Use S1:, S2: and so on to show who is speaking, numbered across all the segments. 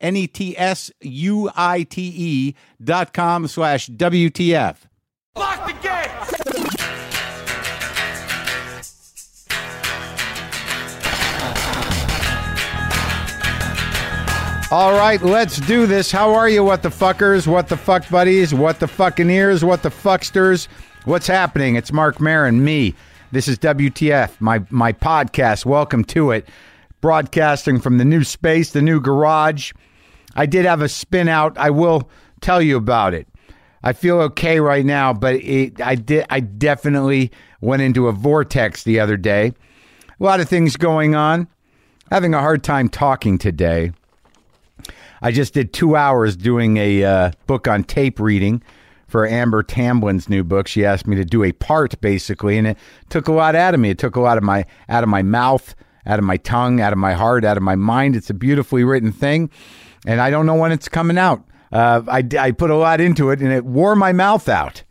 S1: N E T S U I T E dot com slash WTF.
S2: Lock the gate!
S1: All right, let's do this. How are you, what the fuckers, what the fuck buddies, what the fucking ears, what the fucksters? What's happening? It's Mark Marin, me. This is WTF, my my podcast. Welcome to it. Broadcasting from the new space, the new garage. I did have a spin out. I will tell you about it. I feel okay right now, but it, I did. I definitely went into a vortex the other day. A lot of things going on. Having a hard time talking today. I just did two hours doing a uh, book on tape reading for Amber Tamblin's new book. She asked me to do a part basically, and it took a lot out of me. It took a lot of my out of my mouth, out of my tongue, out of my heart, out of my mind. It's a beautifully written thing, and I don't know when it's coming out. Uh, I, I put a lot into it, and it wore my mouth out.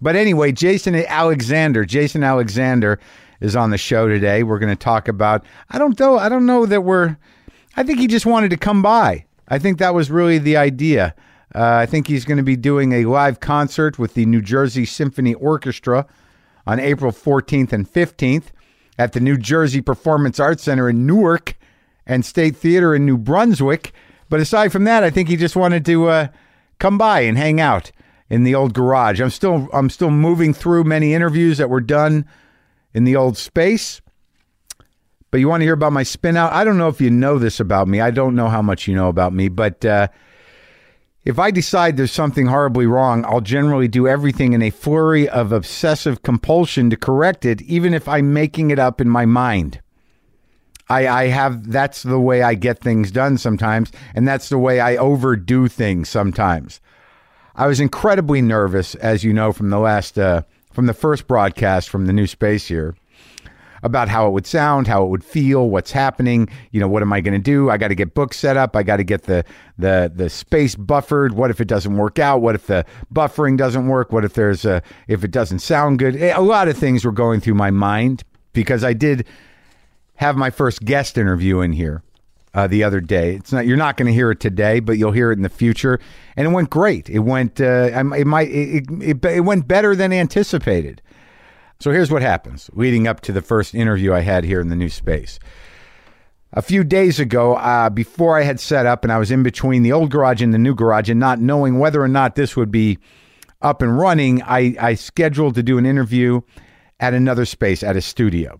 S1: But anyway, Jason Alexander, Jason Alexander is on the show today. We're going to talk about. I don't know. I don't know that we're. I think he just wanted to come by. I think that was really the idea. Uh, I think he's going to be doing a live concert with the New Jersey Symphony Orchestra on April 14th and 15th at the New Jersey Performance Arts Center in Newark and State Theater in New Brunswick. But aside from that, I think he just wanted to uh, come by and hang out in the old garage. I'm still I'm still moving through many interviews that were done in the old space. But you want to hear about my spin out? I don't know if you know this about me. I don't know how much you know about me, but uh, if I decide there's something horribly wrong, I'll generally do everything in a flurry of obsessive compulsion to correct it, even if I'm making it up in my mind. I, I have that's the way I get things done sometimes, and that's the way I overdo things sometimes. I was incredibly nervous, as you know, from the last uh, from the first broadcast from the new space here about how it would sound, how it would feel, what's happening. You know, what am I going to do? I got to get books set up. I got to get the the the space buffered. What if it doesn't work out? What if the buffering doesn't work? What if there's a if it doesn't sound good? Eh, A lot of things were going through my mind because I did have my first guest interview in here uh, the other day. It's not you're not going to hear it today, but you'll hear it in the future. And it went great. It went uh, I'm- it might it, it, it went better than anticipated. So here's what happens leading up to the first interview I had here in the new space. A few days ago, uh, before I had set up and I was in between the old garage and the new garage and not knowing whether or not this would be up and running, I, I scheduled to do an interview at another space at a studio.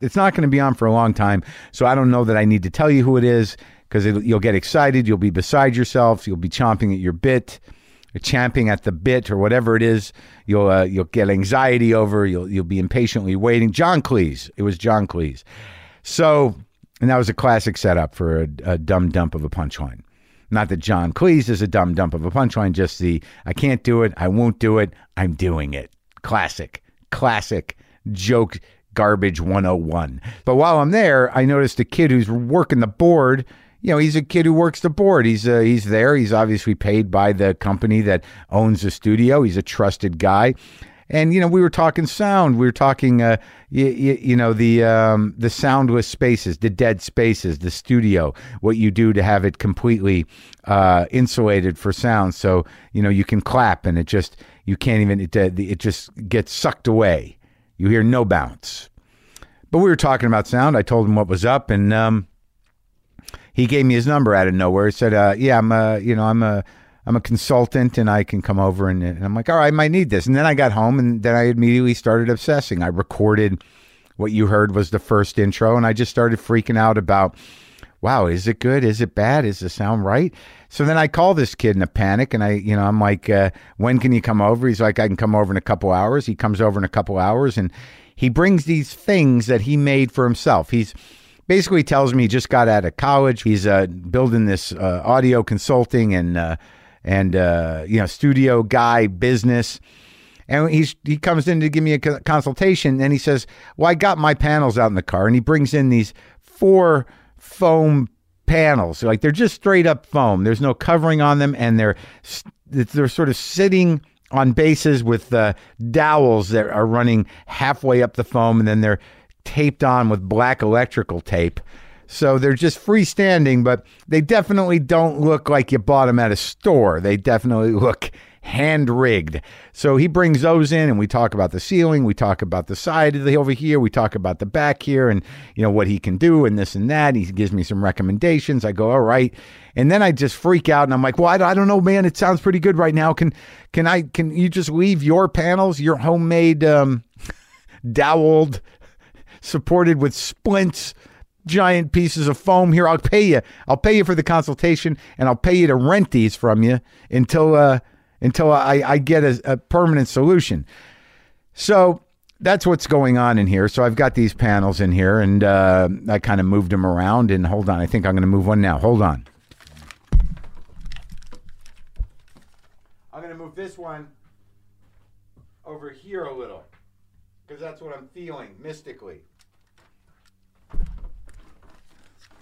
S1: It's not going to be on for a long time, so I don't know that I need to tell you who it is because you'll get excited, you'll be beside yourself, you'll be chomping at your bit champing at the bit or whatever it is you'll uh, you'll get anxiety over you'll you'll be impatiently waiting John Cleese it was John Cleese so and that was a classic setup for a, a dumb dump of a punchline not that John Cleese is a dumb dump of a punchline just the I can't do it I won't do it I'm doing it classic classic joke garbage 101 but while I'm there I noticed a kid who's working the board you know, he's a kid who works the board. He's uh, he's there. He's obviously paid by the company that owns the studio. He's a trusted guy. And you know, we were talking sound. We were talking, uh, y- y- you know, the um, the soundless spaces, the dead spaces, the studio. What you do to have it completely uh, insulated for sound, so you know you can clap and it just you can't even it uh, it just gets sucked away. You hear no bounce. But we were talking about sound. I told him what was up, and um, he gave me his number out of nowhere. He said, uh, "Yeah, I'm, uh, you know, I'm a, I'm a consultant and I can come over and, and I'm like, all right, I might need this. And then I got home and then I immediately started obsessing. I recorded what you heard was the first intro and I just started freaking out about, wow, is it good? Is it bad? Is the sound right? So then I call this kid in a panic and I, you know, I'm like, uh, when can you come over? He's like, I can come over in a couple hours. He comes over in a couple hours and he brings these things that he made for himself. He's, basically tells me he just got out of college. He's uh, building this uh, audio consulting and uh, and uh, you know studio guy business. And he's, he comes in to give me a co- consultation, and he says, "Well, I got my panels out in the car," and he brings in these four foam panels, like they're just straight up foam. There's no covering on them, and they're s- they're sort of sitting on bases with uh, dowels that are running halfway up the foam, and then they're taped on with black electrical tape. So they're just freestanding, but they definitely don't look like you bought them at a store. They definitely look hand rigged. So he brings those in and we talk about the ceiling, we talk about the side of the over here, we talk about the back here and you know what he can do and this and that. He gives me some recommendations. I go, "All right." And then I just freak out and I'm like, "Well, I, I don't know, man. It sounds pretty good right now. Can can I can you just leave your panels, your homemade um doweled supported with splints, giant pieces of foam. Here, I'll pay you. I'll pay you for the consultation, and I'll pay you to rent these from you until uh, until I, I get a, a permanent solution. So that's what's going on in here. So I've got these panels in here, and uh, I kind of moved them around. And hold on, I think I'm going to move one now. Hold on. I'm going to move this one over here a little because that's what I'm feeling mystically.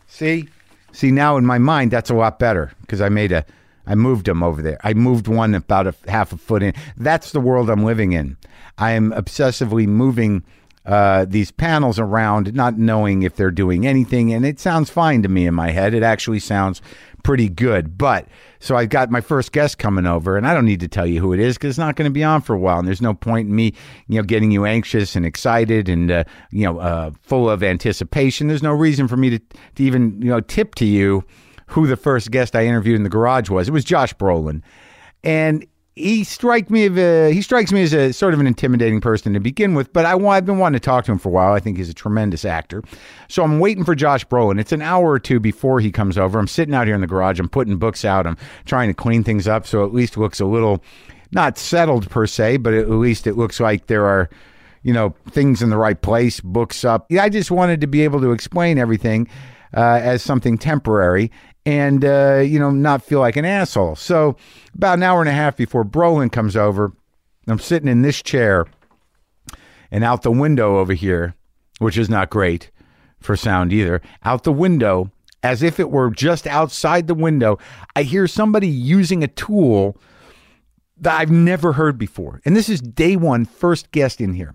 S1: See, see now in my mind that's a lot better because I made a, I moved them over there. I moved one about a half a foot in. That's the world I'm living in. I am obsessively moving uh, these panels around, not knowing if they're doing anything, and it sounds fine to me in my head. It actually sounds pretty good. But so I've got my first guest coming over, and I don't need to tell you who it is because it's not going to be on for a while, and there's no point in me, you know, getting you anxious and excited and uh, you know uh, full of anticipation. There's no reason for me to to even you know tip to you who the first guest I interviewed in the garage was. It was Josh Brolin, and. He strike me of a, he strikes me as a sort of an intimidating person to begin with, but I, wa- I've been wanting to talk to him for a while. I think he's a tremendous actor, so I'm waiting for Josh Brolin. It's an hour or two before he comes over. I'm sitting out here in the garage. I'm putting books out. I'm trying to clean things up so it at least looks a little not settled per se, but at least it looks like there are you know, things in the right place, books up. Yeah, I just wanted to be able to explain everything uh, as something temporary and, uh, you know, not feel like an asshole. So, about an hour and a half before Brolin comes over, I'm sitting in this chair and out the window over here, which is not great for sound either, out the window, as if it were just outside the window, I hear somebody using a tool that I've never heard before. And this is day one, first guest in here.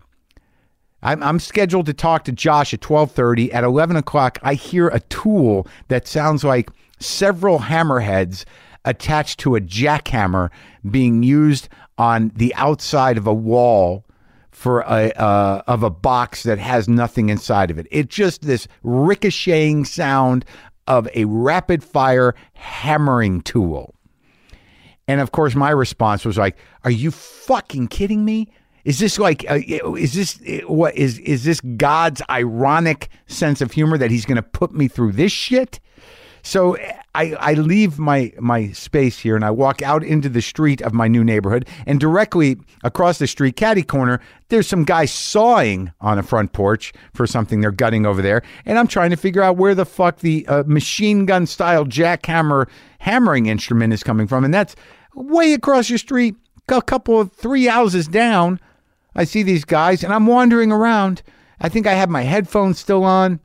S1: I'm, I'm scheduled to talk to Josh at 12:30. At 11 o'clock, I hear a tool that sounds like several hammerheads attached to a jackhammer being used on the outside of a wall for a uh, of a box that has nothing inside of it. It's just this ricocheting sound of a rapid fire hammering tool. And of course, my response was like, "Are you fucking kidding me? Is this like, uh, is this uh, what is is this God's ironic sense of humor that He's going to put me through this shit?" So I, I leave my my space here and I walk out into the street of my new neighborhood and directly across the street, caddy corner, there's some guy sawing on a front porch for something they're gutting over there, and I'm trying to figure out where the fuck the uh, machine gun style jackhammer hammering instrument is coming from, and that's way across your street, a couple of three houses down. I see these guys and I'm wandering around. I think I have my headphones still on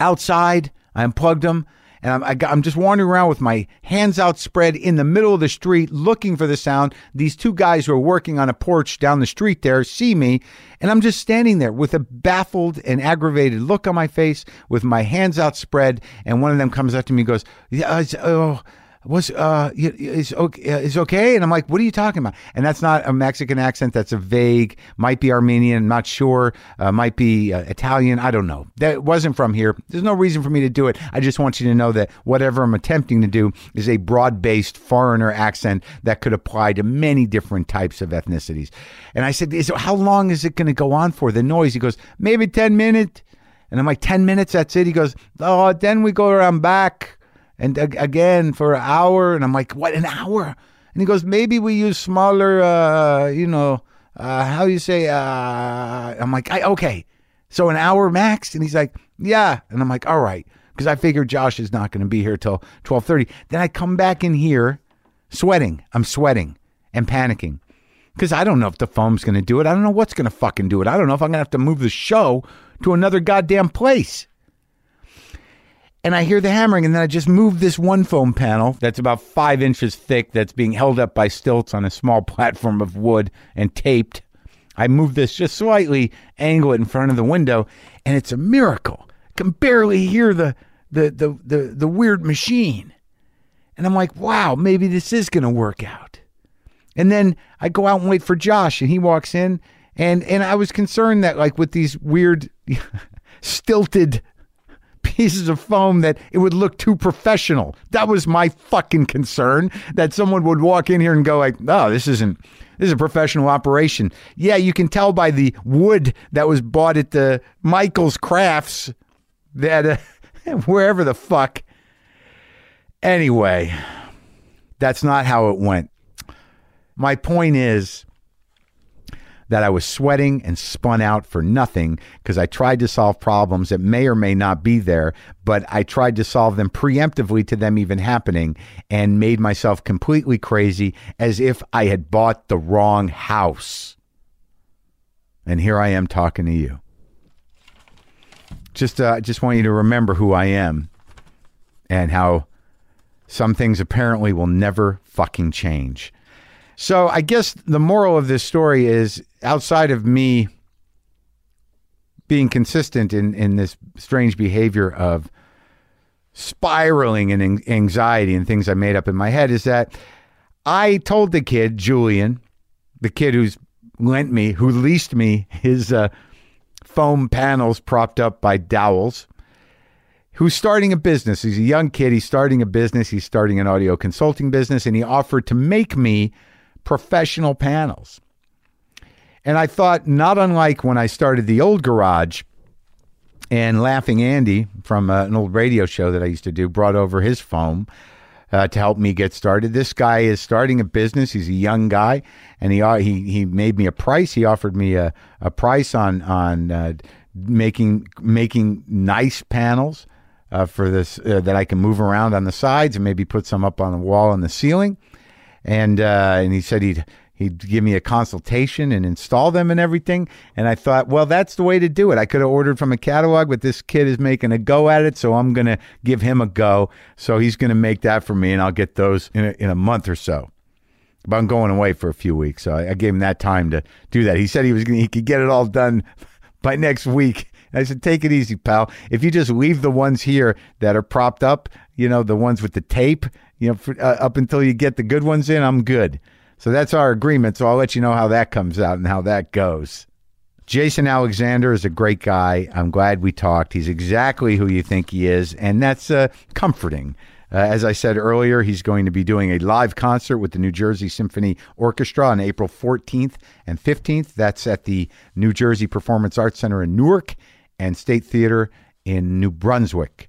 S1: outside. I unplugged them, and I'm, I got, I'm just wandering around with my hands outspread in the middle of the street looking for the sound. These two guys who are working on a porch down the street there see me, and I'm just standing there with a baffled and aggravated look on my face with my hands outspread. And one of them comes up to me and goes, yeah, uh, it's- Oh, was uh y- y- is okay, is okay and i'm like what are you talking about and that's not a mexican accent that's a vague might be armenian not sure uh, might be uh, italian i don't know that wasn't from here there's no reason for me to do it i just want you to know that whatever i'm attempting to do is a broad-based foreigner accent that could apply to many different types of ethnicities and i said is, how long is it going to go on for the noise he goes maybe 10 minutes and i'm like 10 minutes that's it he goes oh then we go around back and ag- again for an hour and i'm like what an hour and he goes maybe we use smaller uh you know uh how you say uh i'm like I, okay so an hour max and he's like yeah and i'm like all right because i figure josh is not going to be here till 12.30 then i come back in here sweating i'm sweating and panicking because I don't know if the foam's going to do it. I don't know what's going to fucking do it. I don't know if I'm going to have to move the show to another goddamn place. And I hear the hammering, and then I just move this one foam panel that's about five inches thick that's being held up by stilts on a small platform of wood and taped. I move this just slightly, angle it in front of the window, and it's a miracle. I can barely hear the the the the, the weird machine. And I'm like, wow, maybe this is going to work out. And then I go out and wait for Josh, and he walks in, and and I was concerned that like with these weird, stilted pieces of foam that it would look too professional. That was my fucking concern that someone would walk in here and go like, "Oh, this isn't this is a professional operation." Yeah, you can tell by the wood that was bought at the Michael's Crafts that uh, wherever the fuck. Anyway, that's not how it went. My point is that I was sweating and spun out for nothing because I tried to solve problems that may or may not be there, but I tried to solve them preemptively to them even happening and made myself completely crazy as if I had bought the wrong house. And here I am talking to you. Just, uh, just want you to remember who I am and how some things apparently will never fucking change. So I guess the moral of this story is outside of me being consistent in, in this strange behavior of spiraling and an- anxiety and things I made up in my head is that I told the kid, Julian, the kid who's lent me, who leased me his uh, foam panels propped up by dowels who's starting a business. He's a young kid. He's starting a business. He's starting an audio consulting business, and he offered to make me professional panels. And I thought, not unlike when I started the old garage and Laughing Andy from uh, an old radio show that I used to do brought over his foam uh, to help me get started. This guy is starting a business. He's a young guy, and he uh, he he made me a price. He offered me a, a price on on uh, making making nice panels uh, for this uh, that I can move around on the sides and maybe put some up on the wall and the ceiling. And uh, and he said he'd he'd give me a consultation and install them and everything. And I thought, well, that's the way to do it. I could have ordered from a catalog, but this kid is making a go at it, so I'm gonna give him a go. So he's gonna make that for me, and I'll get those in a, in a month or so. But I'm going away for a few weeks, so I, I gave him that time to do that. He said he was gonna, he could get it all done by next week. I said, take it easy, pal. If you just leave the ones here that are propped up, you know, the ones with the tape, you know, for, uh, up until you get the good ones in, I'm good. So that's our agreement. So I'll let you know how that comes out and how that goes. Jason Alexander is a great guy. I'm glad we talked. He's exactly who you think he is, and that's uh, comforting. Uh, as I said earlier, he's going to be doing a live concert with the New Jersey Symphony Orchestra on April 14th and 15th. That's at the New Jersey Performance Arts Center in Newark and State Theater in New Brunswick.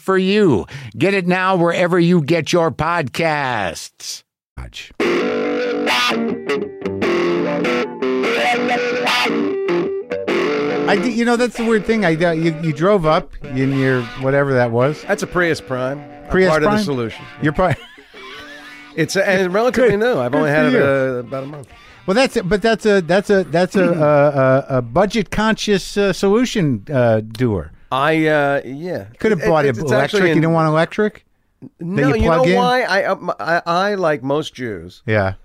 S3: for you. Get it now wherever you get your podcasts. Hodge. I, di- you know, that's the weird thing. I, uh, you, you drove up in your whatever that was.
S4: That's a Prius Prime. I'm
S3: Prius
S4: part of
S3: Prime?
S4: the solution.
S3: You're probably
S4: It's a, and relatively new. I've only
S3: for
S4: had it
S3: you.
S4: uh, about a month.
S3: well. That's it, but that's a that's a that's a a, a, a budget conscious uh, solution uh, doer.
S4: I uh, yeah.
S3: Could have
S4: It-
S3: bought
S4: it-
S3: it,
S4: it's
S3: electric.
S4: actually
S3: you
S4: in-
S3: didn't want electric.
S4: No,
S3: you
S4: you,
S3: plug
S4: know
S3: in?
S4: why? I, uh, m- I I like most Jews
S3: Yeah,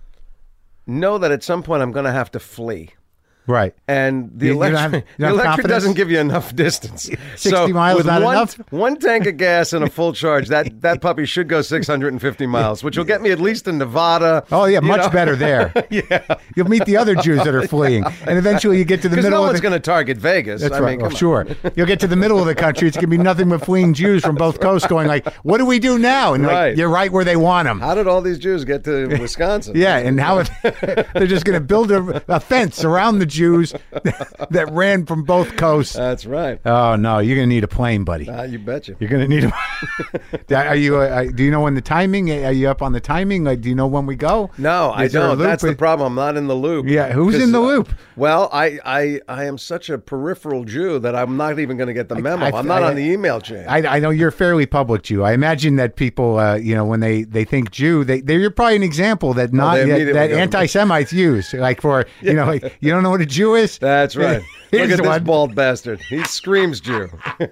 S4: know that at some point I'm going to have to flee.
S3: right.
S4: And the
S3: You- you don't have-
S4: electric,
S3: you don't
S4: the
S3: have
S4: electric
S3: confidence?
S4: doesn't give you enough distance.
S3: 60
S4: so
S3: miles
S4: with
S3: not
S4: one,
S3: enough?
S4: One tank of gas and a full charge, that, that puppy should go 650 miles, which will get me at least in Nevada.
S3: Oh yeah,
S4: you
S3: much
S4: know?
S3: better there. yeah, you'll meet the other Jews that are fleeing, and eventually you get to the
S4: Because
S3: middle
S4: no
S3: of
S4: one's
S3: the.
S4: going to target Vegas.
S3: that's
S4: I
S3: right.
S4: mean,
S3: Oh,
S4: come on.
S3: sure, you'll get to the middle of the country. It's gonna be nothing but fleeing Jews from both coasts, going like, "What do we do now?" And like,
S4: Right.
S3: you're right where they want them.
S4: How did all these Jews get to Wisconsin?
S3: Yeah, and now it- they're just going to build a, a fence around the Jews that ran from both coasts.
S4: That's right.
S3: Oh no, you're going to need a plane, buddy.
S4: Ah, you betcha.
S3: You're going to need a. Are you? Uh, do you know when the timing? uh, Are you up on the timing? Like, do you know when we go?
S4: No, I
S3: Is there a
S4: don't.
S3: loop?
S4: That's the problem. I'm not in the loop.
S3: Yeah, who's
S4: 'Cause,
S3: in the
S4: uh,
S3: loop?
S4: well, I, I, I am such a peripheral Jew that I'm not even going to get the memo.
S3: I-
S4: I, am not
S3: I-
S4: on the email chain.
S3: I, I know you're a fairly public Jew. I imagine that people, uh, you know, when they, they think Jew, they they are probably an example that not
S4: they
S3: that,
S4: immediately
S3: that
S4: go-
S3: anti Semites use, like for you know, like you don't know what a Jew is.
S4: That's right.
S3: Here's
S4: Look at this
S3: one.
S4: bald bastard. He screams Jew.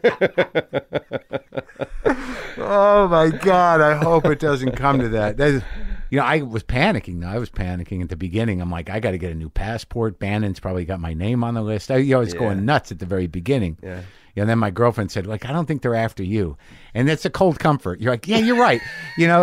S3: Oh my God! I hope it doesn't come to that. That is, you know, I was panicking. though. I was panicking at the beginning. I'm like, I got to get a new passport. Bannon's probably got my name on the list. I, you know, I was going nuts at the very beginning.
S4: Yeah.
S3: And then my girlfriend said, like, I don't think they're after you. And that's a cold comfort. You're like, yeah, you're right. You know,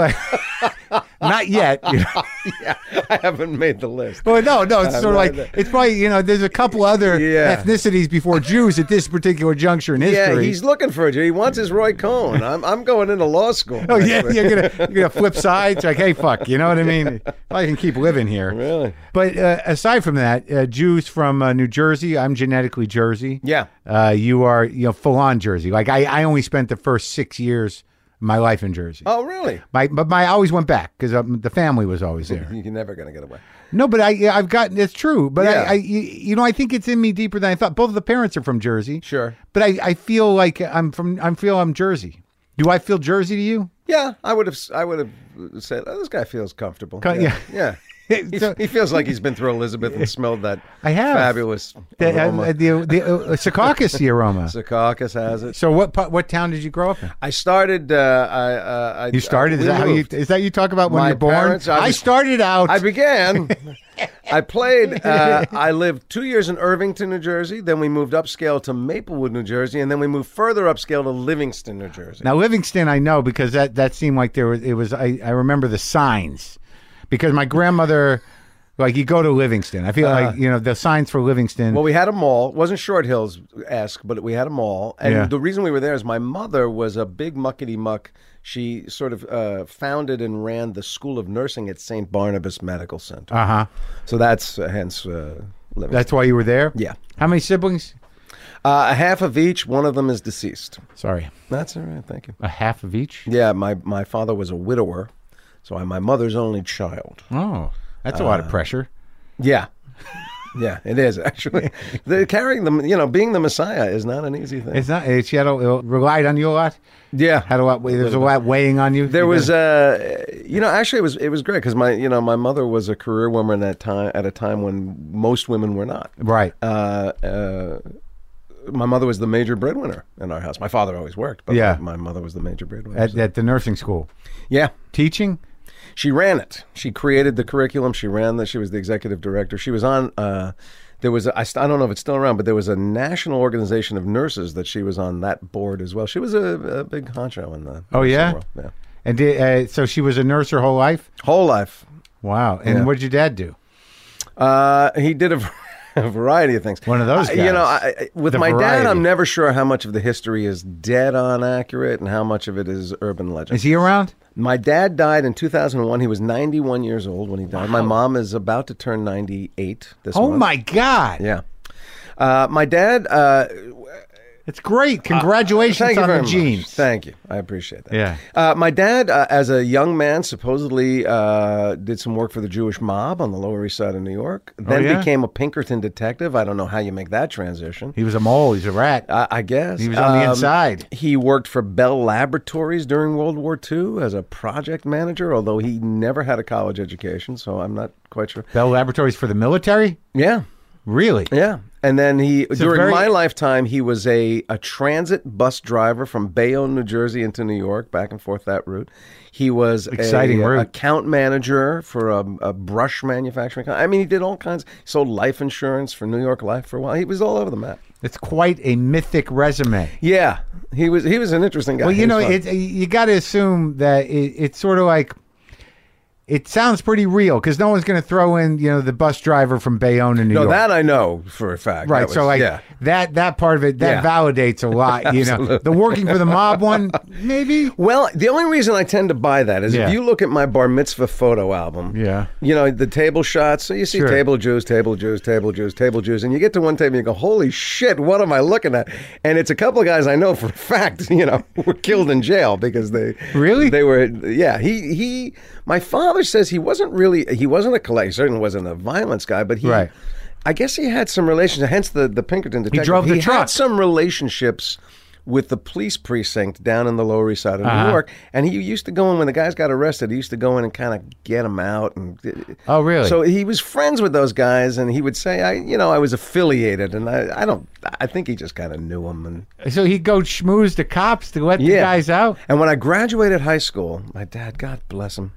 S3: like, not yet. you know.
S4: yeah, I haven't made the list.
S3: Well, Oh, no, no. It's
S4: Uh,
S3: sort of
S4: no,
S3: like
S4: that-
S3: it's probably you know. There's a couple other
S4: Yeah.
S3: ethnicities before Jews at this particular juncture in
S4: Yeah,
S3: history.
S4: he's looking for a Jew. He wants his Roy Cohn. I'm, I'm going into law school.
S3: Oh yeah, you're gonna you're gonna flip sides. Like, hey, fuck, you know what I mean? I can keep living here.
S4: Really?
S3: But uh, aside from that, uh, Jews from uh, New Jersey. I'm genetically Jersey.
S4: Yeah.
S3: Uh, you are, you know, full on Jersey. Like I, I only spent the first six years of my life in Jersey.
S4: Oh, really?
S3: My, but my I always went back because um, the family was always there.
S4: You're never going to get away.
S3: no, but I, I've gotten it's true. But I,
S4: Yeah.
S3: I, you you know, I think it's in me deeper than I thought. Both of the parents are from Jersey.
S4: Sure.
S3: But I, I feel like I'm from. I feel I'm Jersey. Do I feel Jersey to you?
S4: Yeah, I would have. I would have said, "Oh, this guy feels comfortable."
S3: Co-
S4: yeah, yeah. He,
S3: So-
S4: he feels like he's been through Elizabeth and smelled that
S3: I have.
S4: fabulous
S3: The,
S4: aroma.
S3: uh, the, the uh, Secaucus, the aroma.
S4: The caucus has it.
S3: So what pu- what town did you grow up in?
S4: I started. Uh, I, uh, I
S3: You started. Is
S4: we
S3: that how you?
S4: moved.
S3: Is that you talk about when
S4: My
S3: you're born?
S4: parents, I
S3: I,
S4: was-
S3: started out.
S4: I began. I played. Uh, I lived two years in Irvington, New Jersey. Then we moved upscale to Maplewood, New Jersey, and then we moved further upscale to Livingston, New Jersey.
S3: now Livingston, I know because that that seemed like there was it was. I I remember the signs, because my grandmother, like you go to Livingston. I feel
S4: Uh-huh.
S3: like you know the signs for Livingston.
S4: Well, we had a mall. It wasn't Short Hills esque, but we had a mall. And
S3: Yeah.
S4: the reason we were there is my mother was a big muckety muck. She sort of uh, founded and ran the School of Nursing at St. Barnabas Medical Center.
S3: uh huh.
S4: So that's uh, hence uh, living.
S3: That's why you were there.
S4: Yeah.
S3: How many siblings?
S4: Uh, half of each, one of them is deceased.
S3: Sorry,
S4: That's all right. Thank you.
S3: a half of each.
S4: Yeah, my, my father was a widower, so I'm my mother's only child.
S3: Oh, that's a
S4: Uh,
S3: lot of pressure.
S4: Yeah. Yeah, it is actually. the, carrying them, you know, being the Messiah is not an easy thing.
S3: It's not. It's had a, it relied on you a lot.
S4: yeah,
S3: Had a lot. There's a lot weighing on you.
S4: There was uh, you know, actually it was it was great because my you know my mother was a career woman at time at a time when most women were not.
S3: right.
S4: Uh, uh, my mother was the major breadwinner in our house. My father always worked, but
S3: Yeah.
S4: Uh, my, my mother was the major breadwinner.
S3: at,
S4: so-
S3: at the nursing school
S4: yeah,
S3: teaching
S4: She ran it. She created the curriculum. She ran that. She was the executive director. She was on. Uh, there was. A, I, st- I don't know if it's still around, but there was a national organization of nurses that she was on that board as well. She was a, a big honcho in the.
S3: Oh,
S4: nursing
S3: yeah?
S4: world. Yeah.
S3: And did, uh, so she was a nurse her whole life.
S4: Whole life.
S3: Wow. And
S4: Yeah.
S3: what did your dad do?
S4: Uh, he did a, v- a variety of things.
S3: One of those
S4: I- you know,
S3: guys.
S4: I, I- with
S3: The
S4: my
S3: variety.
S4: dad, I'm never sure how much of the history is dead on accurate and how much of it is urban legend.
S3: Is he around?
S4: my dad died in 2001. He was 91 years old when he died. My mom is about to turn 98 this
S3: Oh
S4: month.
S3: my God!
S4: Yeah. Uh, my dad. Uh,
S3: It's great. Congratulations
S4: thank you
S3: on
S4: very
S3: the
S4: much.
S3: jeans.
S4: Thank you. I appreciate that.
S3: Yeah.
S4: Uh, my dad, uh, as a young man, supposedly uh, did some work for the Jewish mob on the Lower East Side of New York. Then
S3: Oh, yeah?
S4: became a Pinkerton detective. I don't know how you make that transition.
S3: He was a mole. He's a rat.
S4: I, I guess Um,
S3: He was on the inside.
S4: He worked for Bell Laboratories during World War II as a project manager, although he never had a college education, so I'm not quite sure.
S3: Bell Laboratories for the military.
S4: Yeah,
S3: Really?
S4: yeah. And then he
S3: a
S4: during
S3: very-
S4: my lifetime he was a a transit bus driver from Bayonne, New Jersey, into New York, back and forth that route. He was
S3: Exciting
S4: a, uh,
S3: route.
S4: account manager for a, a brush manufacturing. co- I mean, he did all kinds. He sold life insurance for New York Life for a while. He was all over the map.
S3: It's quite a mythic resume.
S4: Yeah, he was. He was an interesting guy.
S3: Well,
S4: He
S3: you
S4: was
S3: know,
S4: fun.
S3: it, you got to assume that it, it's sort of like it sounds pretty real because no one's going to throw in, you know, the bus driver from Bayonne in New
S4: No,
S3: York.
S4: that I know for a fact.
S3: right.
S4: That was-
S3: so like
S4: yeah.
S3: that that part of it that
S4: Yeah.
S3: validates a lot. You know, the working for the mob one maybe.
S4: Well, the only reason I tend to buy that is
S3: Yeah.
S4: if you look at my bar mitzvah photo album.
S3: Yeah.
S4: You know the table shots. So you see
S3: Sure.
S4: table Jews, table Jews, table Jews, table Jews, and you get to one table and you go, "Holy shit, what am I looking at?" And it's a couple of guys I know for a fact. You know, were killed in jail because they
S3: Really?
S4: they were. Yeah. He he. My father says he wasn't really. He wasn't a collector. He certainly wasn't a violence guy, but he.
S3: Right.
S4: I guess he had some relations. Hence the the Pinkerton detective.
S3: drove the
S4: had
S3: truck.
S4: some relationships with the police precinct down in the Lower East Side of
S3: Uh-huh.
S4: New York, and he used to go in when the guys got arrested. He used to go in and kind of get them out. And uh,
S3: Oh, really?
S4: So he was friends with those guys, and he would say, "I, you know, I was affiliated," and I, I don't, I think he just kind of knew them. And
S3: So he'd go schmooze the cops to let the
S4: Yeah.
S3: guys out.
S4: and when I graduated high school, my dad, God bless him,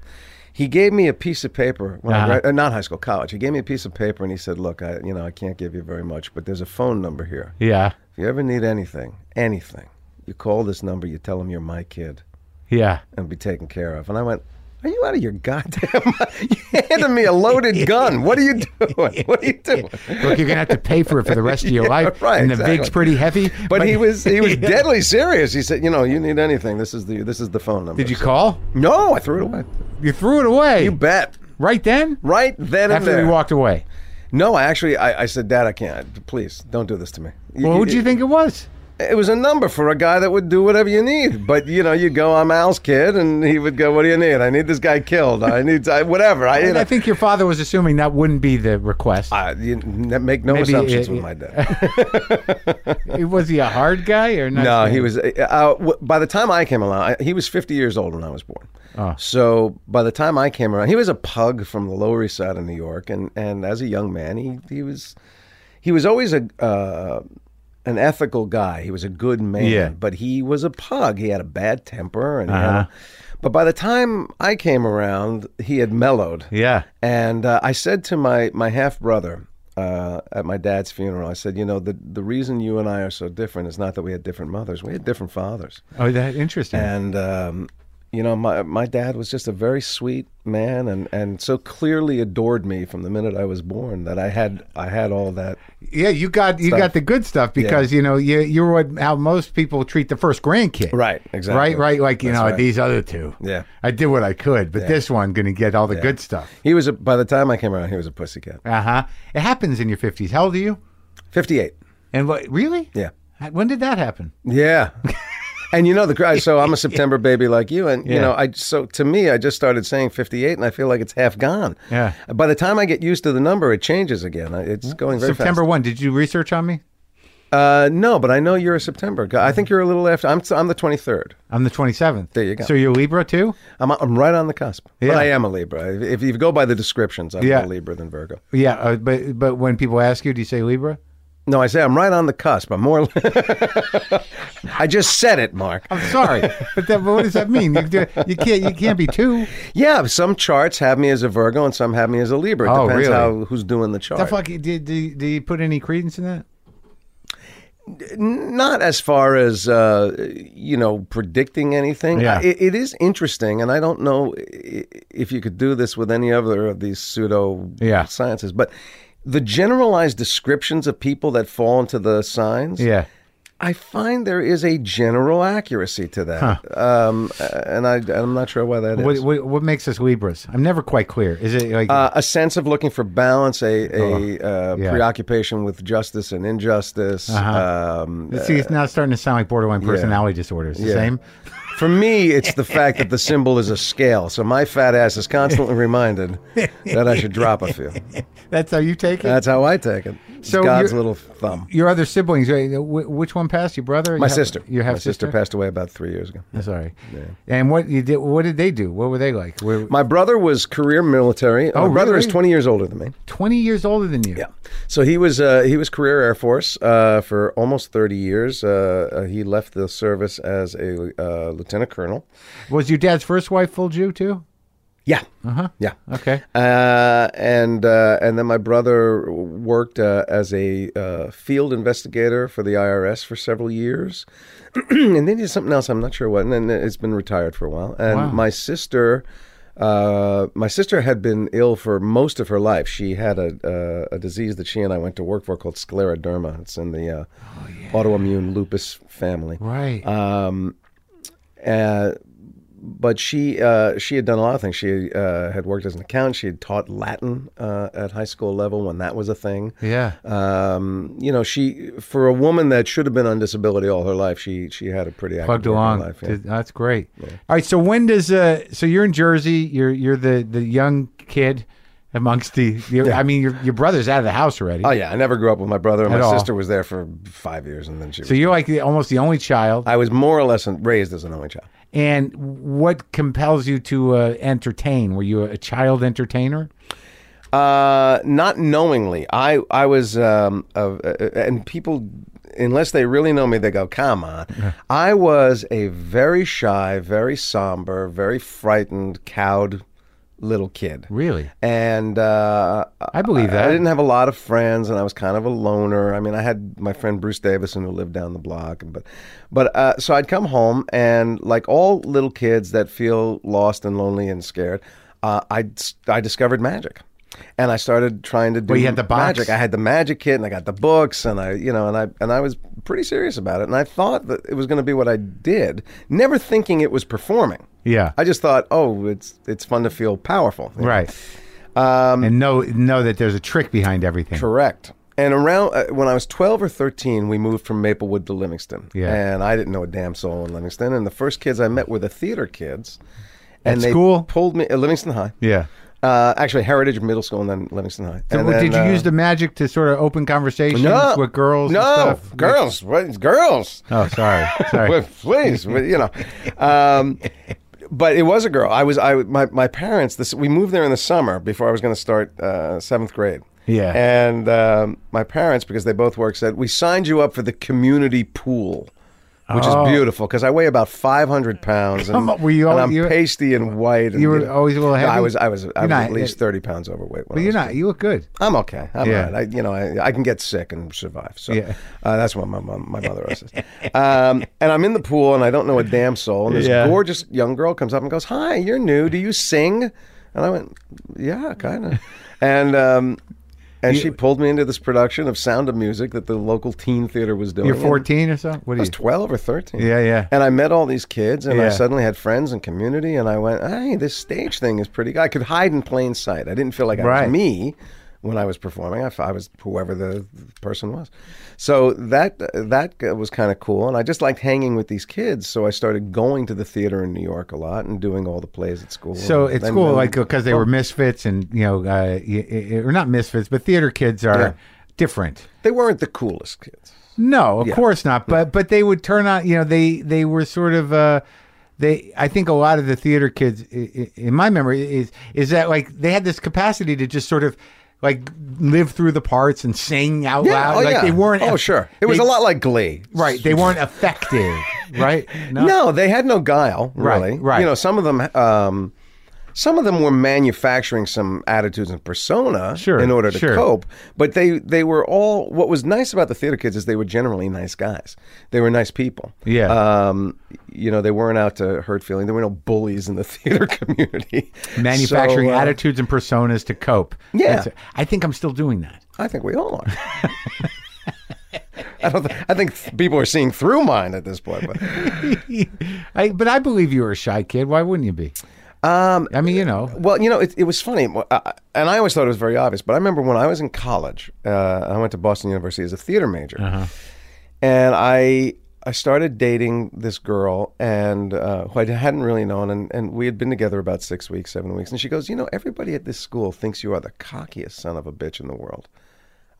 S4: he gave me a piece of paper. When
S3: Uh-huh.
S4: I gra- uh, not high school, college. He gave me a piece of paper, and he said, "Look, I, you know, I can't give you very much, but there's a phone number here."
S3: Yeah.
S4: If you ever need anything, anything, you call this number, you tell them you're my kid
S3: Yeah.
S4: and be taken care of. And I went, Are you out of your goddamn mind? You handed me a loaded gun. What are you doing? What are you doing?
S3: Look, you're gonna have to pay for it for the rest of your
S4: Yeah,
S3: life,
S4: right,
S3: and the
S4: exactly.
S3: vig's pretty heavy.
S4: But he was he was deadly serious. He said, You know, you need anything. This is the this is the phone number.
S3: Did you call?
S4: No, I threw it away.
S3: You threw it away.
S4: You bet.
S3: Right then?
S4: Right then and
S3: After
S4: there.
S3: he walked away.
S4: no, I actually I, I said, Dad, I can't. Please don't do this to me.
S3: Well, who do you think it was?
S4: It was a number for a guy that would do whatever you need. But you know, you go, I'm Al's kid, and he would go, "What do you need? I need this guy killed. I need I, whatever." I, you
S3: And
S4: know,
S3: I think your father was assuming that wouldn't be the request.
S4: I you, n- make no
S3: Maybe
S4: assumptions
S3: it-
S4: with my dad.
S3: was he a hard guy or not?
S4: no, he was. Uh, uh, w- by the time I came along, I, he was 50 years old when I was born.
S3: Oh.
S4: So by the time I came around, he was a pug from the Lower East Side of New York, and and as a young man, he he was he was always a. Uh, an ethical guy. He was a good man,
S3: Yeah. Uh-huh.
S4: but he was a pug. He had a bad temper, and he had a- but by the time I came around, he had mellowed.
S3: Yeah.
S4: And uh, I said to my, my half brother uh, at my dad's funeral, I said, you know, the, the reason you and I are so different is not that we had different mothers, we had different fathers.
S3: Oh, that interesting.
S4: And, um, you know, my, my dad was just a very sweet man and, and so clearly adored me from the minute I was born that I had, I had all that.
S3: yeah, you got you
S4: Stuff.
S3: got the good stuff because you know you you're what how most people treat the first grandkid.
S4: Right, exactly.
S3: Right. Right. Like you
S4: That's
S3: know
S4: right.
S3: these other two.
S4: Yeah.
S3: I did what I could, but this one going to get all the good stuff.
S4: He was, a, by the time I came around, he was a pussycat.
S3: Uh huh. It happens in your fifties. How old are you?
S4: 58.
S3: And what? Really?
S4: Yeah.
S3: How- When did that happen?
S4: Yeah. And you know the cry. So I'm a September baby like you, and
S3: Yeah.
S4: you know I. So to me, I just started saying 58, and I feel like it's half gone.
S3: Yeah. Mm-hmm.
S4: By the time I get used to the number, it changes again. I- It's going very
S3: September
S4: fast.
S3: one. Did you research on me?
S4: Uh, no, but I know you're a September guy. I think you're a little after. I'm. I'm the 23rd.
S3: I'm the twenty seventh.
S4: There you go.
S3: So you're Libra too.
S4: I'm. I'm right on the cusp.
S3: Yeah.
S4: But I am a Libra. If you go by the descriptions, I'm
S3: Yeah.
S4: more Libra than Virgo.
S3: Yeah. Uh, but but when people ask you, do you say Libra?
S4: No, I say I'm right on the cusp. I'm more. I just said it, Mark.
S3: I'm sorry, but, that, but what does that mean? You, do- you can't you can't be two.
S4: Yeah, some charts have me as a Virgo and some have me as a Libra. It
S3: Oh,
S4: depends
S3: really?
S4: how who's doing the chart.
S3: The fuck? Do, do, do you put any credence in that?
S4: Not as far as uh, you know predicting anything.
S3: Yeah.
S4: I- it- it is interesting, and I don't know i- if you could do this with any other of these pseudo
S3: Yeah.
S4: sciences, but the generalized descriptions of people that fall into the signs.
S3: Yeah.
S4: I find there is a general accuracy to that, um, and I, I'm not sure why that is.
S3: What, what what makes us Libras? I'm never quite clear. Is it like
S4: uh, a sense of looking for balance, a, a uh,
S3: Oh, yeah. Uh-huh.
S4: preoccupation with justice and injustice. Um,
S3: see? It's now starting to sound like borderline personality disorder. It's the
S4: Yeah.
S3: same.
S4: for me, it's the fact that the symbol is a scale, so my fat ass is constantly reminded that I should drop a few.
S3: That's how you take it.
S4: That's how I take it. It's
S3: So
S4: God's
S3: you're-
S4: little thumb.
S3: Your other siblings. right, wh- Which one passed? Your brother?
S4: My sister.
S3: You have
S4: My sister passed away about three years ago.
S3: I'm sorry. And what you did? What did they do? What were they like? Were
S4: My brother was career military.
S3: Oh,
S4: my brother is
S3: really?
S4: 20 years older than me.
S3: 20 years older than you?
S4: Yeah. So he was uh, he was career Air Force uh, for almost 30 years. Uh, uh, he left the service as a uh, lieutenant colonel.
S3: Was your dad's first wife full Jew too?
S4: Yeah. Uh-huh. Yeah.
S3: Okay.
S4: Uh, and uh, and then my brother worked uh, as a uh, field investigator for the IRS for several years, and then he did something else. I'm not sure what. And then it's been retired for a while. And
S3: Wow.
S4: my sister, uh, my sister had been ill for most of her life. She had a uh, a disease that she and I went to work for called scleroderma. It's in the uh, autoimmune lupus family.
S3: Right.
S4: Uh, but she uh, she had done a lot of things. She uh, had worked as an accountant. She had taught Latin uh, at high school level when that was a thing.
S3: yeah.
S4: Um, you know, she for a woman that should have been on disability all her life, she she had a pretty active
S3: Plugged
S4: working
S3: along.
S4: life. yeah.
S3: Did- That's great. All right. So when does uh? So you're in Jersey. You're you're the the young kid amongst the. the I mean, your your brother's out of the house already.
S4: Oh yeah, I never grew up with my brother.
S3: At
S4: My
S3: all.
S4: sister was there for five years, and then she.
S3: So
S4: was,
S3: you're like the, almost the only child.
S4: I was more or less raised as an only child.
S3: And what compels you to uh, entertain? Were you a child entertainer?
S4: Uh, not knowingly. I I was um of uh, and people unless they really know me they go come on. I was a very shy, very somber, very frightened, cowed little kid.
S3: Really?
S4: And uh,
S3: I believe that.
S4: I didn't have a lot of friends, and I was kind of a loner. I mean, I had my friend Bruce Davison who lived down the block, and but, but uh, so I'd come home, and like all little kids that feel lost and lonely and scared, uh, I I discovered magic, and I started trying to do.
S3: Well, you had the box?
S4: magic. I had the magic kit, and I got the books, and I you know, and I and I was pretty serious about it, and I thought that it was going to be what I did, never thinking it was performing.
S3: Yeah.
S4: I just thought, oh, it's it's fun to feel powerful, you know?
S3: Right. Um, and know know that there's a trick behind everything.
S4: Correct. And around uh, when I was 12 or 13, we moved from Maplewood to Livingston.
S3: Yeah.
S4: And I didn't know a damn soul in Livingston. And the first kids I met were the theater kids. And
S3: At
S4: they
S3: school?
S4: pulled me at Livingston High.
S3: Yeah.
S4: Uh, actually, Heritage Middle School and then Livingston High.
S3: So
S4: And
S3: what-
S4: then,
S3: did you
S4: uh,
S3: use the magic to sort of open conversations
S4: no,
S3: with girls?
S4: No,
S3: and stuff?
S4: girls, what, girls.
S3: Oh, sorry, sorry.
S4: Well, please, well, you know. Um, but it was a girl. I was I my my parents. This we moved there in the summer before I was going to start uh, seventh grade.
S3: Yeah.
S4: And um, my parents, because they both work, said we signed you up for the community pool. Which
S3: Oh.
S4: is beautiful because I weigh about 500 pounds and,
S3: Come on, were you
S4: and
S3: all-
S4: I'm
S3: you-
S4: pasty and white. And,
S3: you were always a little
S4: No, I
S3: heavy?
S4: was I was
S3: You're
S4: I was
S3: not- uh,
S4: at least 30 pounds overweight. When
S3: but
S4: I
S3: you're
S4: was a
S3: not. You look good.
S4: I'm okay. I'm
S3: Yeah.
S4: all right. I, you know, I, I can get sick and survive. So
S3: Yeah.
S4: uh, that's what my mom, my mother always says. Um, and I'm in the pool and I don't know a damn soul. And this
S3: Yeah.
S4: gorgeous young girl comes up and goes, "Hi, you're new. Do you sing?" And I went, "Yeah, kind of." and um, and she pulled me into this production of Sound of Music that the local teen theater was doing.
S3: You're
S4: And
S3: 14 or something. What
S4: I
S3: are
S4: was
S3: you?
S4: 12 or 13.
S3: Yeah, yeah.
S4: And I met all these kids, and
S3: Yeah.
S4: I suddenly had friends and community, and I went, hey, this stage thing is pretty good. I could hide in plain sight. I didn't feel like I
S3: Right.
S4: was me when I was performing. I, f- I was whoever the person was. So that that was kind of cool, and I just liked hanging with these kids. So I started going to the theater in New York a lot and doing all the plays at school.
S3: So
S4: And
S3: it's
S4: then-
S3: cool,
S4: then-
S3: like because they were misfits, and you know, uh, y- y- or not misfits, but theater kids are
S4: Yeah.
S3: different.
S4: they weren't the coolest kids.
S3: No, of course not. But but they would turn on. You know, they they were sort of. Uh, they, I think a lot of the theater kids, i- i- in my memory, is is that like they had this capacity to just sort of like live through the parts and sing out loud.
S4: oh,
S3: like
S4: yeah.
S3: they weren't.
S4: Oh,
S3: eff-
S4: sure. It was
S3: they-
S4: a lot like Glee.
S3: Right. They weren't effective. right.
S4: No. they had no guile,
S3: Right,
S4: really.
S3: right.
S4: You know, some of them, um, some of them were manufacturing some attitudes and persona
S3: Sure,
S4: in order to
S3: sure.
S4: cope. But they they were all. What was nice about the theater kids is they were generally nice guys. They were nice people.
S3: Yeah.
S4: Um, you know, they weren't out to hurt feeling. There were no bullies in the theater community.
S3: Manufacturing
S4: So, uh,
S3: attitudes and personas to cope.
S4: Yeah.
S3: That's it. I think I'm still doing that.
S4: I think we all are. I don't. Th- I think th- people are seeing through mine at this point. But
S3: I, but I believe you were a shy kid. Why wouldn't you be? Um, I mean, you know,
S4: Well, you know, it, it was funny, uh, and I always thought it was very obvious. But I remember when I was in college, uh, I went to Boston University as a theater major, and I I started dating this girl, and uh, who I hadn't really known, and, and we had been together about six weeks, seven weeks, and she goes, you know, everybody at this school thinks you are the cockiest son of a bitch in the world.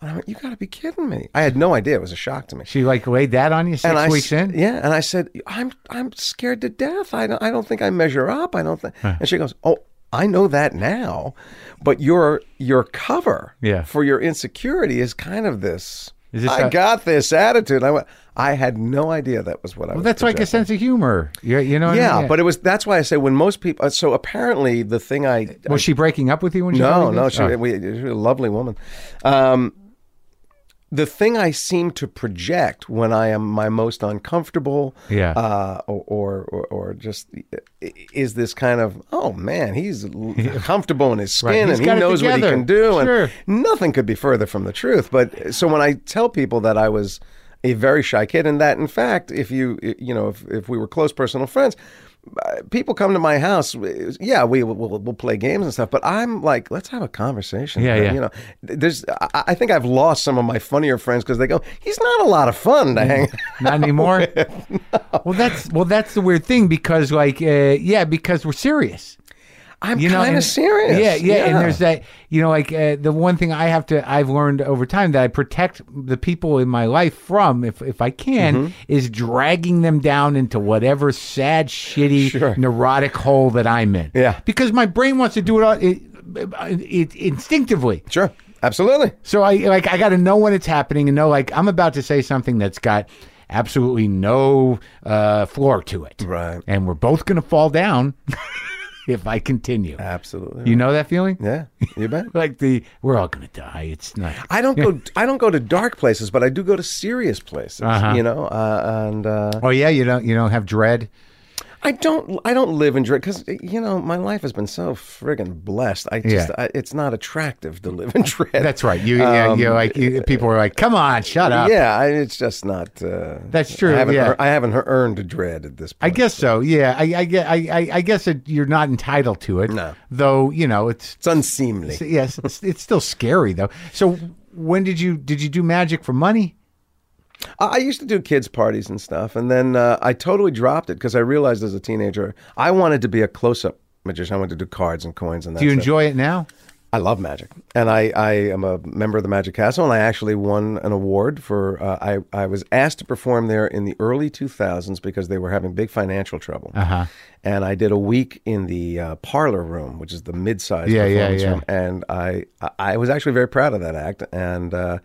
S4: And I went, you got to be kidding me! I had no idea; it was a shock to me
S3: she like laid that on you six
S4: and I
S3: weeks
S4: s-
S3: in.
S4: Yeah, and I said, "I'm I'm scared to death. I don't, I don't think I measure up. I don't think." And she goes, "Oh, I know that now, but your your cover
S3: Yeah.
S4: for your insecurity is kind of this.
S3: Is this
S4: I
S3: a-
S4: got this attitude. I went. I had no idea that was what I.
S3: Well,
S4: was
S3: that's like a
S4: projecting.
S3: sense of humor. You, you know what I
S4: Yeah,
S3: mean?
S4: but it was. That's why I say when most people. uh, So apparently, the thing I
S3: was she breaking up with you when she
S4: no,
S3: told you
S4: no,
S3: this?
S4: she,
S3: Oh.
S4: we, she was a lovely woman. Um, the thing I seem to project when I am my most uncomfortable,
S3: Yeah.
S4: uh, or, or or just i- is this kind of oh man, he's l- comfortable in his skin
S3: Right, he's
S4: and he
S3: got it
S4: knows what he
S3: together.
S4: can do, and
S3: Sure.
S4: nothing could be further from the truth. But so when I tell people that I was a very shy kid, and that in fact, if you you know if if we were close personal friends, uh, people come to my house. Yeah, we will we'll, we'll play games and stuff, but I'm like, let's have a conversation.
S3: Yeah, yeah.
S4: You know, there's I, I think I've lost some of my funnier friends because they go, he's not a lot of fun to hang.
S3: Not anymore. Well, that's well, that's the weird thing because, like, uh, yeah, because we're serious.
S4: I'm
S3: You know,
S4: kind
S3: and-
S4: of serious.
S3: Yeah, yeah, And there's that, you know, like uh, the one thing I have to, I've learned over time that I protect the people in my life from, if if I can,
S4: Mm-hmm.
S3: is dragging them down into whatever sad, shitty,
S4: Sure.
S3: neurotic hole that I'm in.
S4: Yeah.
S3: because my brain wants to do it all it, it instinctively.
S4: sure, absolutely.
S3: So I like I got to know when it's happening and know like I'm about to say something that's got absolutely no uh, floor to it.
S4: Right.
S3: And we're both gonna fall down if I continue.
S4: Absolutely.
S3: You know that feeling?
S4: yeah, you bet.
S3: Like the we're all gonna die. It's not.
S4: I don't go. I don't go to dark places, but I do go to serious places.
S3: Uh-huh.
S4: You know, uh, and uh,
S3: Oh yeah, you don't you don't have dread.
S4: I don't. I don't live in dread because you know my life has been so friggin' blessed. I just.
S3: Yeah.
S4: I, it's not attractive to live in dread.
S3: That's right. You yeah,
S4: Um,
S3: you like you, people are like, come on, shut up.
S4: Yeah, I, it's just not. Uh,
S3: That's true,
S4: I haven't,
S3: yeah.
S4: ear- I haven't earned dread at this
S3: I
S4: point.
S3: guess so. Yeah, I I gue- I, I, I guess it, you're not entitled to it.
S4: No.
S3: Though you know it's
S4: it's unseemly.
S3: yes, it's, it's still scary though. So when did you did you do magic for money?
S4: I I used to do kids' parties and stuff, and then uh, I totally dropped it because I realized as a teenager I wanted to be a close-up magician. I wanted to do cards and coins and that.
S3: Do you enjoy it now?
S4: I love magic, and I, I am a member of the Magic Castle, and I actually won an award for. Uh, I I was asked to perform there in the early two thousands because they were having big financial trouble, uh-huh. and I did a week in the uh, parlor room, which is the mid-sized
S3: Yeah, yeah,
S4: performance
S3: yeah.
S4: room, and I I- I was actually very proud of that act, and uh,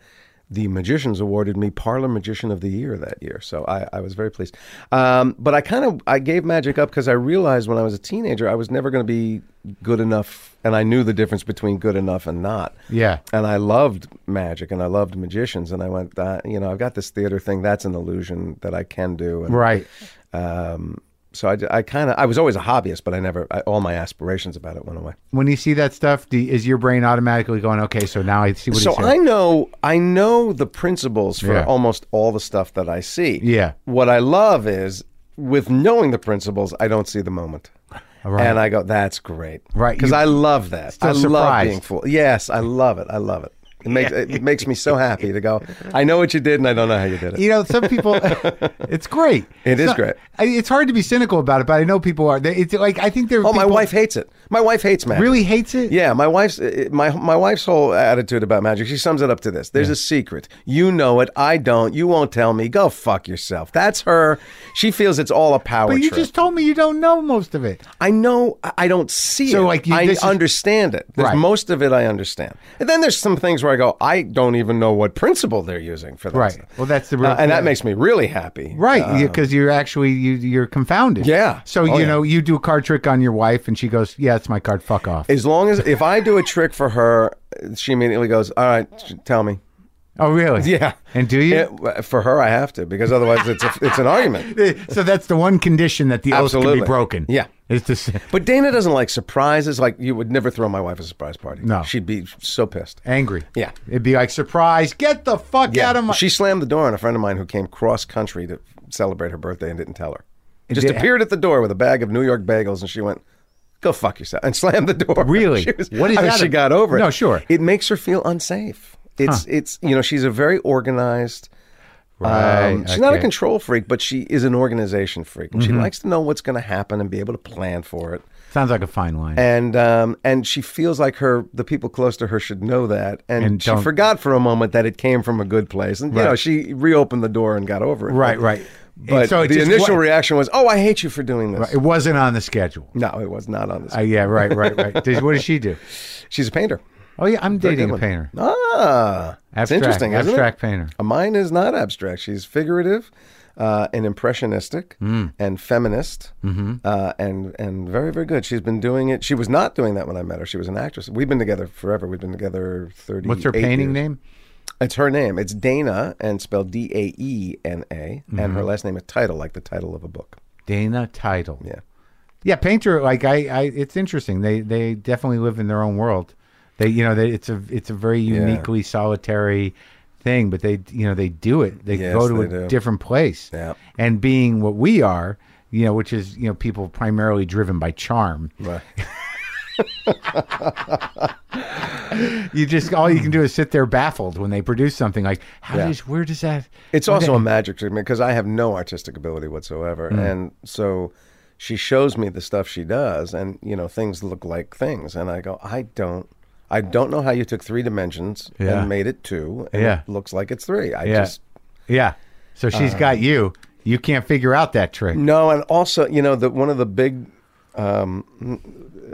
S4: the magicians awarded me parlor magician of the year that year, so I, I was very pleased. Um, but I kind of I gave magic up because I realized when I was a teenager I was never going to be good enough, and I knew the difference between good enough and not.
S3: Yeah.
S4: And I loved magic and I loved magicians, and I went, uh, you know, I've got this theater thing. That's an illusion that I can do. And,
S3: Right.
S4: Um, so I, kind of I was always a hobbyist, but I never I, all my aspirations about it went away.
S3: When you see that stuff, do, is your brain automatically going, okay, so now I see what
S4: so
S3: he's
S4: I
S3: saying.
S4: know I know the principles for
S3: Yeah.
S4: almost all the stuff that I see.
S3: Yeah.
S4: What I love is with knowing the principles, I don't see the moment.
S3: Right.
S4: And I go, that's great.
S3: Right,
S4: Because
S3: you-
S4: I love that. I love
S3: surprised.
S4: being fooled. Yes, I love it. I love it. It makes it makes me so happy to go. I know what you did, and I don't know how you did it.
S3: You know, some people, it's great. It
S4: It
S3: is
S4: is great.
S3: It's hard to be cynical about it, but I know people are. They- It's like I think they're.
S4: oh, my wife hates it. My wife hates magic.
S3: really hates it.
S4: Yeah, my wife's uh, my my wife's whole attitude about magic. She sums it up to this: "There's a secret. You know it. I don't. You won't tell me. Go fuck yourself." That's her. She feels it's all a power
S3: but you
S4: trip.
S3: just told me you don't know most of it.
S4: I know I- I don't see
S3: So,
S4: it.
S3: like, you-
S4: I
S3: this is-
S4: understand it. There's
S3: Right.
S4: most of it I understand. And then there's some things where I go, I don't even know what principle they're using for that.
S3: Right.
S4: stuff."
S3: Well, that's the real-
S4: Uh, and that makes me really happy. Uh,
S3: Right, because you're actually you, you're confounded.
S4: Oh. Yeah.
S3: So
S4: Oh,
S3: you
S4: yeah.
S3: know you do a card trick on your wife, and she goes, "Yeah, it's my card. Fuck off."
S4: As long as if I do a trick for her, she immediately goes, "All right, sh- tell me."
S3: oh, really?
S4: Yeah.
S3: And do you?
S4: It- for her, I have to because otherwise it's a, it's an argument.
S3: so that's the one condition that the oath can be
S4: Absolutely.
S3: broken.
S4: Yeah.
S3: It's just,
S4: But Dana doesn't like surprises. Like you would never throw my wife a surprise party.
S3: No.
S4: she'd be so pissed.
S3: angry.
S4: Yeah.
S3: It'd be like surprise. Get the fuck out of my.
S4: She slammed the door on a friend of mine who came cross country to celebrate her birthday and didn't tell her. Just
S3: did-
S4: appeared at the door with a bag of New York bagels, and she went, "Go fuck yourself," and slammed the door.
S3: Really?
S4: She was,
S3: What is
S4: I mean,
S3: that
S4: She
S3: ab-
S4: got over it.
S3: No, sure.
S4: It makes her feel unsafe. It's it's you know she's a very organized. um,
S3: Right,
S4: she's not a
S3: okay. Mm-hmm.
S4: control freak, but she is an organization freak, and she likes to know what's going to happen and be able to plan for it
S3: Sounds like a fine line.
S4: and um, and she feels like her the people close to her should know that, and,
S3: And
S4: she
S3: don't-
S4: forgot for a moment that it came from a good place, and you know
S3: Right.
S4: she reopened the door and got over it.
S3: Right,
S4: But-
S3: right.
S4: But
S3: So it
S4: the
S3: just
S4: initial
S3: wa-
S4: reaction was, "Oh, I hate you for doing this."
S3: It wasn't on the schedule.
S4: No, it was not on this.
S3: Uh, yeah, right, right, right. Did, what does she do?
S4: She's a painter.
S3: Oh yeah, I'm
S4: Very
S3: dating
S4: good
S3: a
S4: one.
S3: painter.
S4: Ah, it's
S3: Abstract-
S4: interesting. isn't it?
S3: abstract painter.
S4: Uh, Mine is not abstract. She's figurative, uh, and impressionistic,
S3: Hmm.
S4: and feminist,
S3: Mm-hmm.
S4: uh, and and very very good. She's been doing it. She was not doing that when I met her. She was an actress. We've been together forever. We've been together thirty.
S3: What's her painting name?
S4: It's her name. It's Dana, and spelled D A E N A, and
S3: Mm-hmm.
S4: her last name is Title, like the title of a book.
S3: Dana Title.
S4: Yeah.
S3: Yeah, painter. Like I, I, it's interesting. They they definitely live in their own world. They, you know, they, it's a it's a very uniquely solitary thing. But they, you know, they do it. They
S4: Yes,
S3: go to
S4: they
S3: a
S4: do.
S3: different place.
S4: Yeah.
S3: And being what we are, you know, which is you know people primarily driven by charm.
S4: Right.
S3: You just all you can do is sit there baffled when they produce something like how
S4: Yeah.
S3: does where does that?
S4: It's
S3: where
S4: also
S3: that-
S4: a magic treatment because I have no artistic ability whatsoever,
S3: Hmm.
S4: and so she shows me the stuff she does, and you know things look like things, and I go, I don't, I don't know how you took three dimensions
S3: Yeah.
S4: and made it two, and
S3: Yeah.
S4: it looks like it's three. I
S3: yeah,
S4: just
S3: yeah. So she's got you. You can't figure out that trick.
S4: no, and also you know the one of the big um,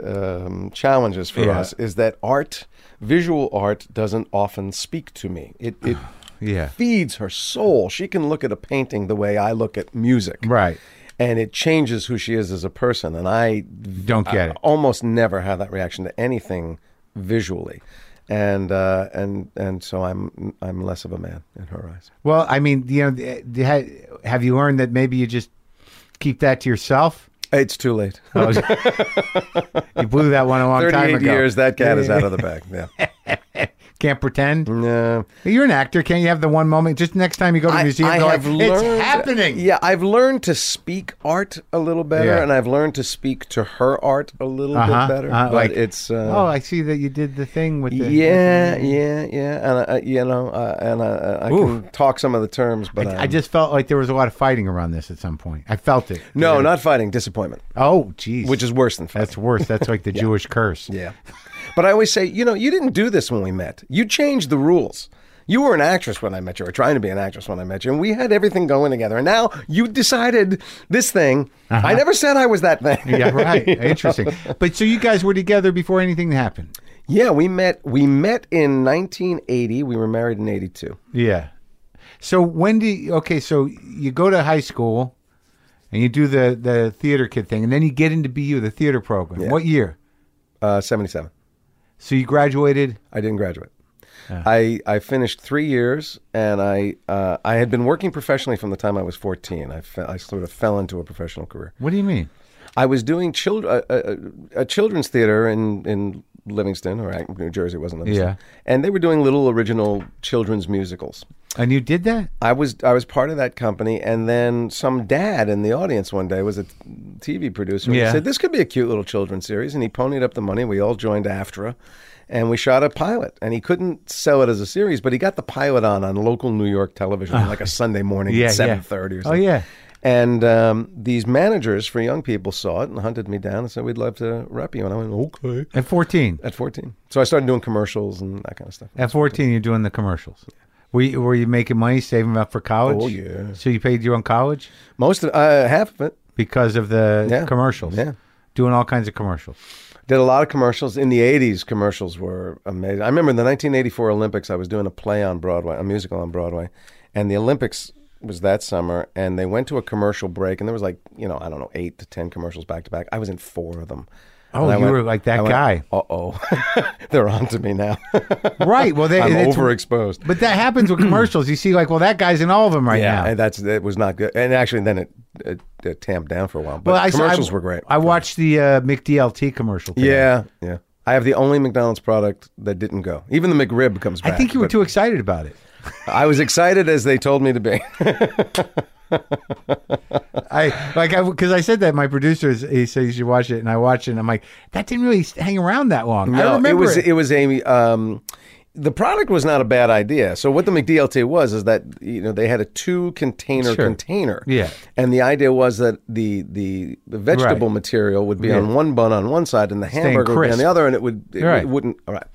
S4: um, challenges for
S3: Yeah.
S4: us is that art, visual art, doesn't often speak to me. It it
S3: Yeah.
S4: feeds her soul. She can look at a painting the way I look at music,
S3: Right.
S4: and it changes who she is as a person. And I
S3: Don't get
S4: I
S3: it.
S4: almost never have that reaction to anything visually, and uh, and and so I'm I'm less of a man in her eyes.
S3: Well, I mean, you know, the- the- ha- have you learned that maybe you just keep that to yourself?
S4: It's too late.
S3: I was- you blew that one a long time
S4: Thirty-eight
S3: ago.
S4: years, that cat is out of the bag. Yeah,
S3: Can't pretend.
S4: no.
S3: You're an actor. Can't you have the one moment? Just next time you go to a museum, go like, it's happening.
S4: Yeah, I've learned to speak art a little better,
S3: Yeah.
S4: and I've learned to speak to her art a little
S3: Uh-huh,
S4: bit better.
S3: uh,
S4: but
S3: like-
S4: it's uh,
S3: oh, I see that you did the thing with the.
S4: Yeah, yeah, yeah, and I, you know, uh, and I, I can talk some of the terms, but
S3: I
S4: um,
S3: just felt like there was a lot of fighting around this at some point. I felt it.
S4: no, not fighting, disappointment,
S3: Oh, jeez.
S4: which is worse than fighting.
S3: that's worse. That's like the Jewish curse.
S4: yeah, but I always say, you know, you didn't do this when we met. You changed the rules. You were an actress when I met you, or trying to be an actress when I met you, and we had everything going together. And now you decided this thing. I never said I was that thing.
S3: Uh-huh. Yeah, right. Interesting. But so you guys were together before anything happened.
S4: yeah, we met. We met in 1980. We were married in 82.
S3: Yeah. So when do you, okay? So you go to high school, and you do the the theater kid thing, and then you get into BU the theater program. What year?
S4: Uh, 77.
S3: So you graduated.
S4: I didn't graduate. I, I finished three years, and I uh, I had been working professionally from the time I was fourteen. I, fe- I sort of fell into a professional career.
S3: What do you mean?
S4: I was doing child uh, uh, a children's theater in in Livingston or Ac- New Jersey. It wasn't Livingston.
S3: Yeah.
S4: and they were doing little original children's musicals.
S3: And you did that?
S4: I was I was part of that company, and then some dad in the audience one day was a t- TV producer. and
S3: Yeah.
S4: He said this could be a cute little children's series, and he ponied up the money. We all joined AFTRA, and we shot a pilot. And he couldn't sell it as a series, but he got the pilot on on local New York television, like a Sunday morning
S3: Ah. Yeah, yeah.
S4: at seven thirty or
S3: Oh,
S4: something.
S3: yeah.
S4: And um, these managers for young people saw it and hunted me down and said, "We'd love to rep you." And I went, "Okay."
S3: At 14.
S4: At fourteen, so I started doing commercials and that kind of stuff.
S3: At 14, you're doing the commercials. Were you, were you making money, saving up for college?
S4: Oh, yeah.
S3: So you paid your own college
S4: Most of uh, half of it.
S3: because of the
S4: Yeah.
S3: commercials?
S4: Yeah.
S3: Doing all kinds of commercials.
S4: Did a lot of commercials in the '80s. Commercials were amazing. I remember in the 1984 Olympics, I was doing a play on Broadway, a musical on Broadway, and the Olympics was that summer. And they went to a commercial break, and there was like, you know, I don't know, eight to ten commercials back to back. I was in four of them.
S3: Oh, you were like that guy.
S4: Uh oh, they're on to me now.
S3: Right. Well, they,
S4: I'm
S3: it's-
S4: overexposed.
S3: But that happens with commercials. You see, like, well, that guy's in all of them right now.
S4: and that's that was not good. And actually, then it, it, it tamped down for a while. But
S3: I-
S4: commercials
S3: I,
S4: were great.
S3: I watched the uh, McDLT commercial. today.
S4: yeah, yeah. I have the only McDonald's product that didn't go. Even the McRib comes
S3: I
S4: back.
S3: think you were
S4: but-
S3: too excited about it.
S4: I was excited as they told me to be.
S3: I like I because I said that my producer is, he said you should watch it and I watched it and I'm like that didn't really hang around that long. I remember
S4: Um, it was
S3: it.
S4: it, was a um, the product was not a bad idea. So what the McDLT was is that you know they had a two container
S3: Sure.
S4: container.
S3: Yeah.
S4: And the idea was that the the, the vegetable
S3: Right.
S4: material would be
S3: Yeah.
S4: on one bun on one side and the hamburger would be on
S3: crisp.
S4: the other and it would it,
S3: Right.
S4: wouldn't all right.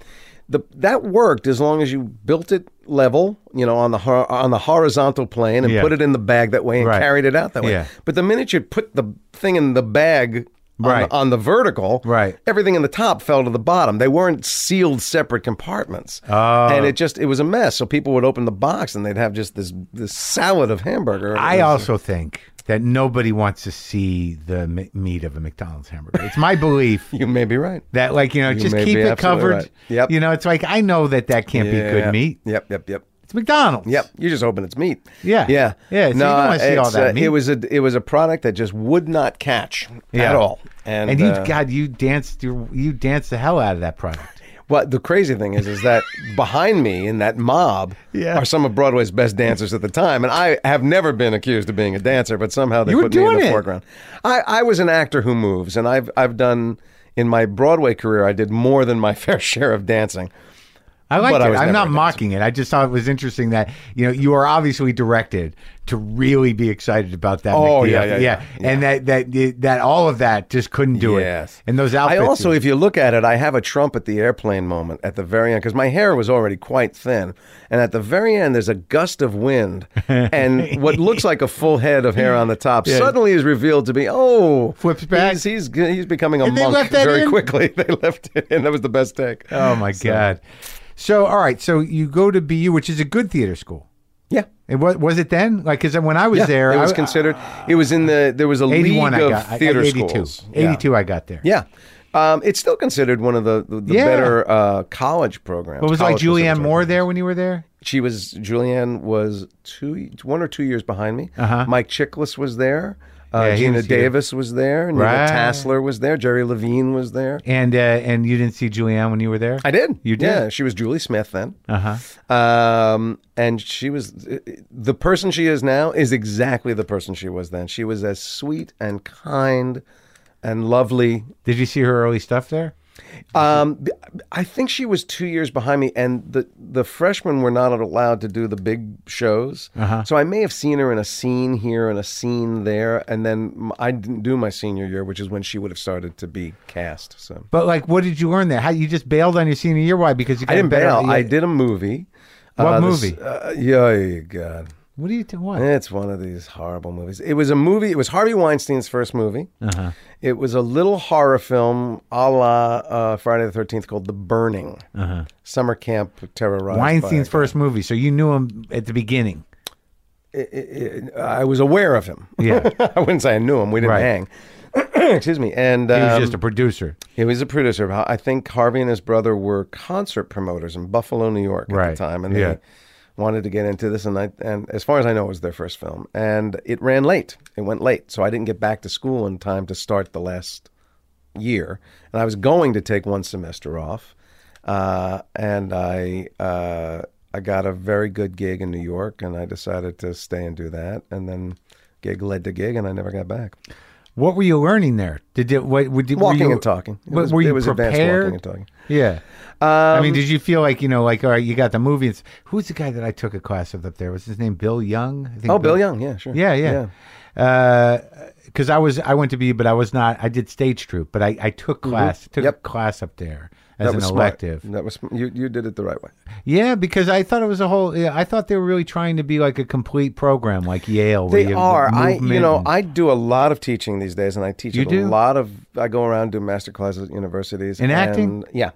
S4: The, that worked as long as you built it level, you know, on the hor- on the horizontal plane and
S3: Yeah.
S4: put it in the bag that way and
S3: Right.
S4: carried it out that way.
S3: Yeah.
S4: But the minute you put the thing in the bag on,
S3: Right.
S4: the, on the vertical,
S3: Right.
S4: everything in the top fell to the bottom. They weren't sealed separate compartments.
S3: Oh.
S4: And it just it was a mess. So people would open the box and they'd have just this this salad of hamburger. It
S3: I
S4: was-
S3: also think that nobody wants to see the m- meat of a McDonald's hamburger. It's my belief
S4: you may be right.
S3: that like you know just
S4: may
S3: keep
S4: be
S3: it
S4: absolutely
S3: covered.
S4: right. Yep.
S3: You know, it's like I know that that can't be good meat.
S4: Yep, yep, yep.
S3: It's McDonald's.
S4: Yep, you're just hoping it's meat.
S3: Yeah.
S4: yeah,
S3: Yeah, so you don't wanna see all
S4: it's,
S3: that
S4: uh,
S3: meat.
S4: It was a it was a product that just would not catch
S3: Yeah.
S4: at all. And,
S3: And you,
S4: uh,
S3: God, you danced, your, you danced the hell out of that product.
S4: Well, the crazy thing is, is that behind me in that mob
S3: Yeah.
S4: are some of Broadway's best dancers at the time, and I have never been accused of being a dancer, but somehow they
S3: You were
S4: put me in
S3: doing
S4: the
S3: it.
S4: foreground. I, I was an actor who moves, and I've I've done in my Broadway career, I did more than my fair share of dancing.
S3: I like
S4: But I
S3: it.
S4: was
S3: I'm
S4: never
S3: not
S4: a dancer.
S3: mocking it. I just thought it was interesting that you know you are obviously directed to really be excited about that.
S4: Oh,
S3: McDeal.
S4: yeah, yeah, yeah,
S3: and that that that all of that just couldn't do
S4: Yes.
S3: it. And those
S4: I
S3: outfits.
S4: also, if you look at it, I have a Trump at the airplane moment at the very end because my hair was already quite thin, and at the very end, there's a gust of wind, and what looks like a full head of hair on the top suddenly is revealed to be oh,
S3: Flips back.
S4: He's he's, he's becoming a
S3: And they
S4: monk
S3: left that
S4: very
S3: in?
S4: quickly. They left it, and that was the best take.
S3: oh my god. So all right, so you go to BU, which is a good theater school.
S4: yeah.
S3: And what was it then? Like, because when I was there,
S4: it was
S3: I,
S4: considered. It was in the there was a
S3: eighty
S4: league
S3: one. I
S4: of
S3: got I-
S4: theater
S3: eighty two.
S4: schools. Yeah.
S3: Eighty two. I got there.
S4: Yeah. Um, it's still considered one of the, the, the
S3: Yeah.
S4: better uh, college programs.
S3: But was like
S4: college
S3: Julianne
S4: specific
S3: Moore there when you were there?
S4: she was Julianne was two one or two years behind me.
S3: Uh-huh.
S4: Mike Chiklis was there. Uh,
S3: Yeah, he
S4: Gina
S3: was here.
S4: Davis was there. Nina
S3: Right.
S4: Tassler was there. Jerry Levine was there.
S3: And uh, and you didn't see Julianne when you were there?
S4: I did.
S3: You did?
S4: Yeah, she was Julie Smith then.
S3: Uh-huh.
S4: Um, and she was the person she is now is exactly the person she was then. She was as sweet and kind and lovely
S3: Did you see her early stuff there?
S4: Um, b- I think she was two years behind me, and the the freshmen were not allowed to do the big shows.
S3: Uh-huh.
S4: So I may have seen her in a scene here and a scene there, and then m- I didn't do my senior year, which is when she would have started to be cast. So
S3: But like, what did you learn there? How you just bailed on your senior year? Why? Because you got
S4: I didn't
S3: better-
S4: bail.
S3: yeah.
S4: I did a movie.
S3: What
S4: this-
S3: movie?
S4: uh, yeah, yeah, God,
S3: What do you do? What?
S4: it's one of these horrible movies. It was a movie. It was Harvey Weinstein's first movie.
S3: Uh-huh.
S4: It was a little horror film, a la uh, Friday the Thirteenth, called The Burning.
S3: Uh-huh.
S4: Summer camp terrorized. by-
S3: Weinstein's first movie, so you knew him at the beginning.
S4: I- I I was aware of him.
S3: Yeah.
S4: I wouldn't say I knew him. We didn't
S3: Right.
S4: hang. Excuse me. And
S3: He was
S4: um,
S3: just a producer.
S4: he was a producer. I think Harvey and his brother were concert promoters in Buffalo, New York at
S3: Right.
S4: the time, and
S3: Yeah.
S4: they wanted to get into this. And I, and as far as I know, it was their first film, and it ran late. It went late, so I didn't get back to school in time to start the last year, and I was going to take one semester off, uh, and I. Uh, I got a very good gig in New York, and I decided to stay and do that. And then gig led to gig, and I never got back.
S3: What were you learning there? Did it? What, what, did, were
S4: Walking
S3: you-
S4: and talking. It
S3: But
S4: was-
S3: were you
S4: it was advanced walking
S3: prepared?
S4: and talking. Um,
S3: Yeah. I mean, did you feel like you know, like all right, you got the movie. It's, who's the guy that I took a class with up there? Was his name Bill Young? I think
S4: Oh, Bill Young. Yeah, sure.
S3: Yeah, yeah. Because I was, I went to be, but I was not. I did stage troupe, but I, I took class, took a
S4: Mm-hmm. Yep.
S3: class up there as
S4: That
S3: an
S4: was smart. Mm-hmm.
S3: elective.
S4: That was sm- you. You did it the right way.
S3: Yeah, because I thought it was a whole. Yeah, I thought they were really trying to be like a complete program, like Yale. where
S4: They
S3: you-
S4: are. I you
S3: movement
S4: know
S3: and-
S4: I do a lot of teaching these days, and I teach
S3: You
S4: at
S3: do?
S4: a lot of. I go around do master classes at universities
S3: In acting?
S4: and- Yeah,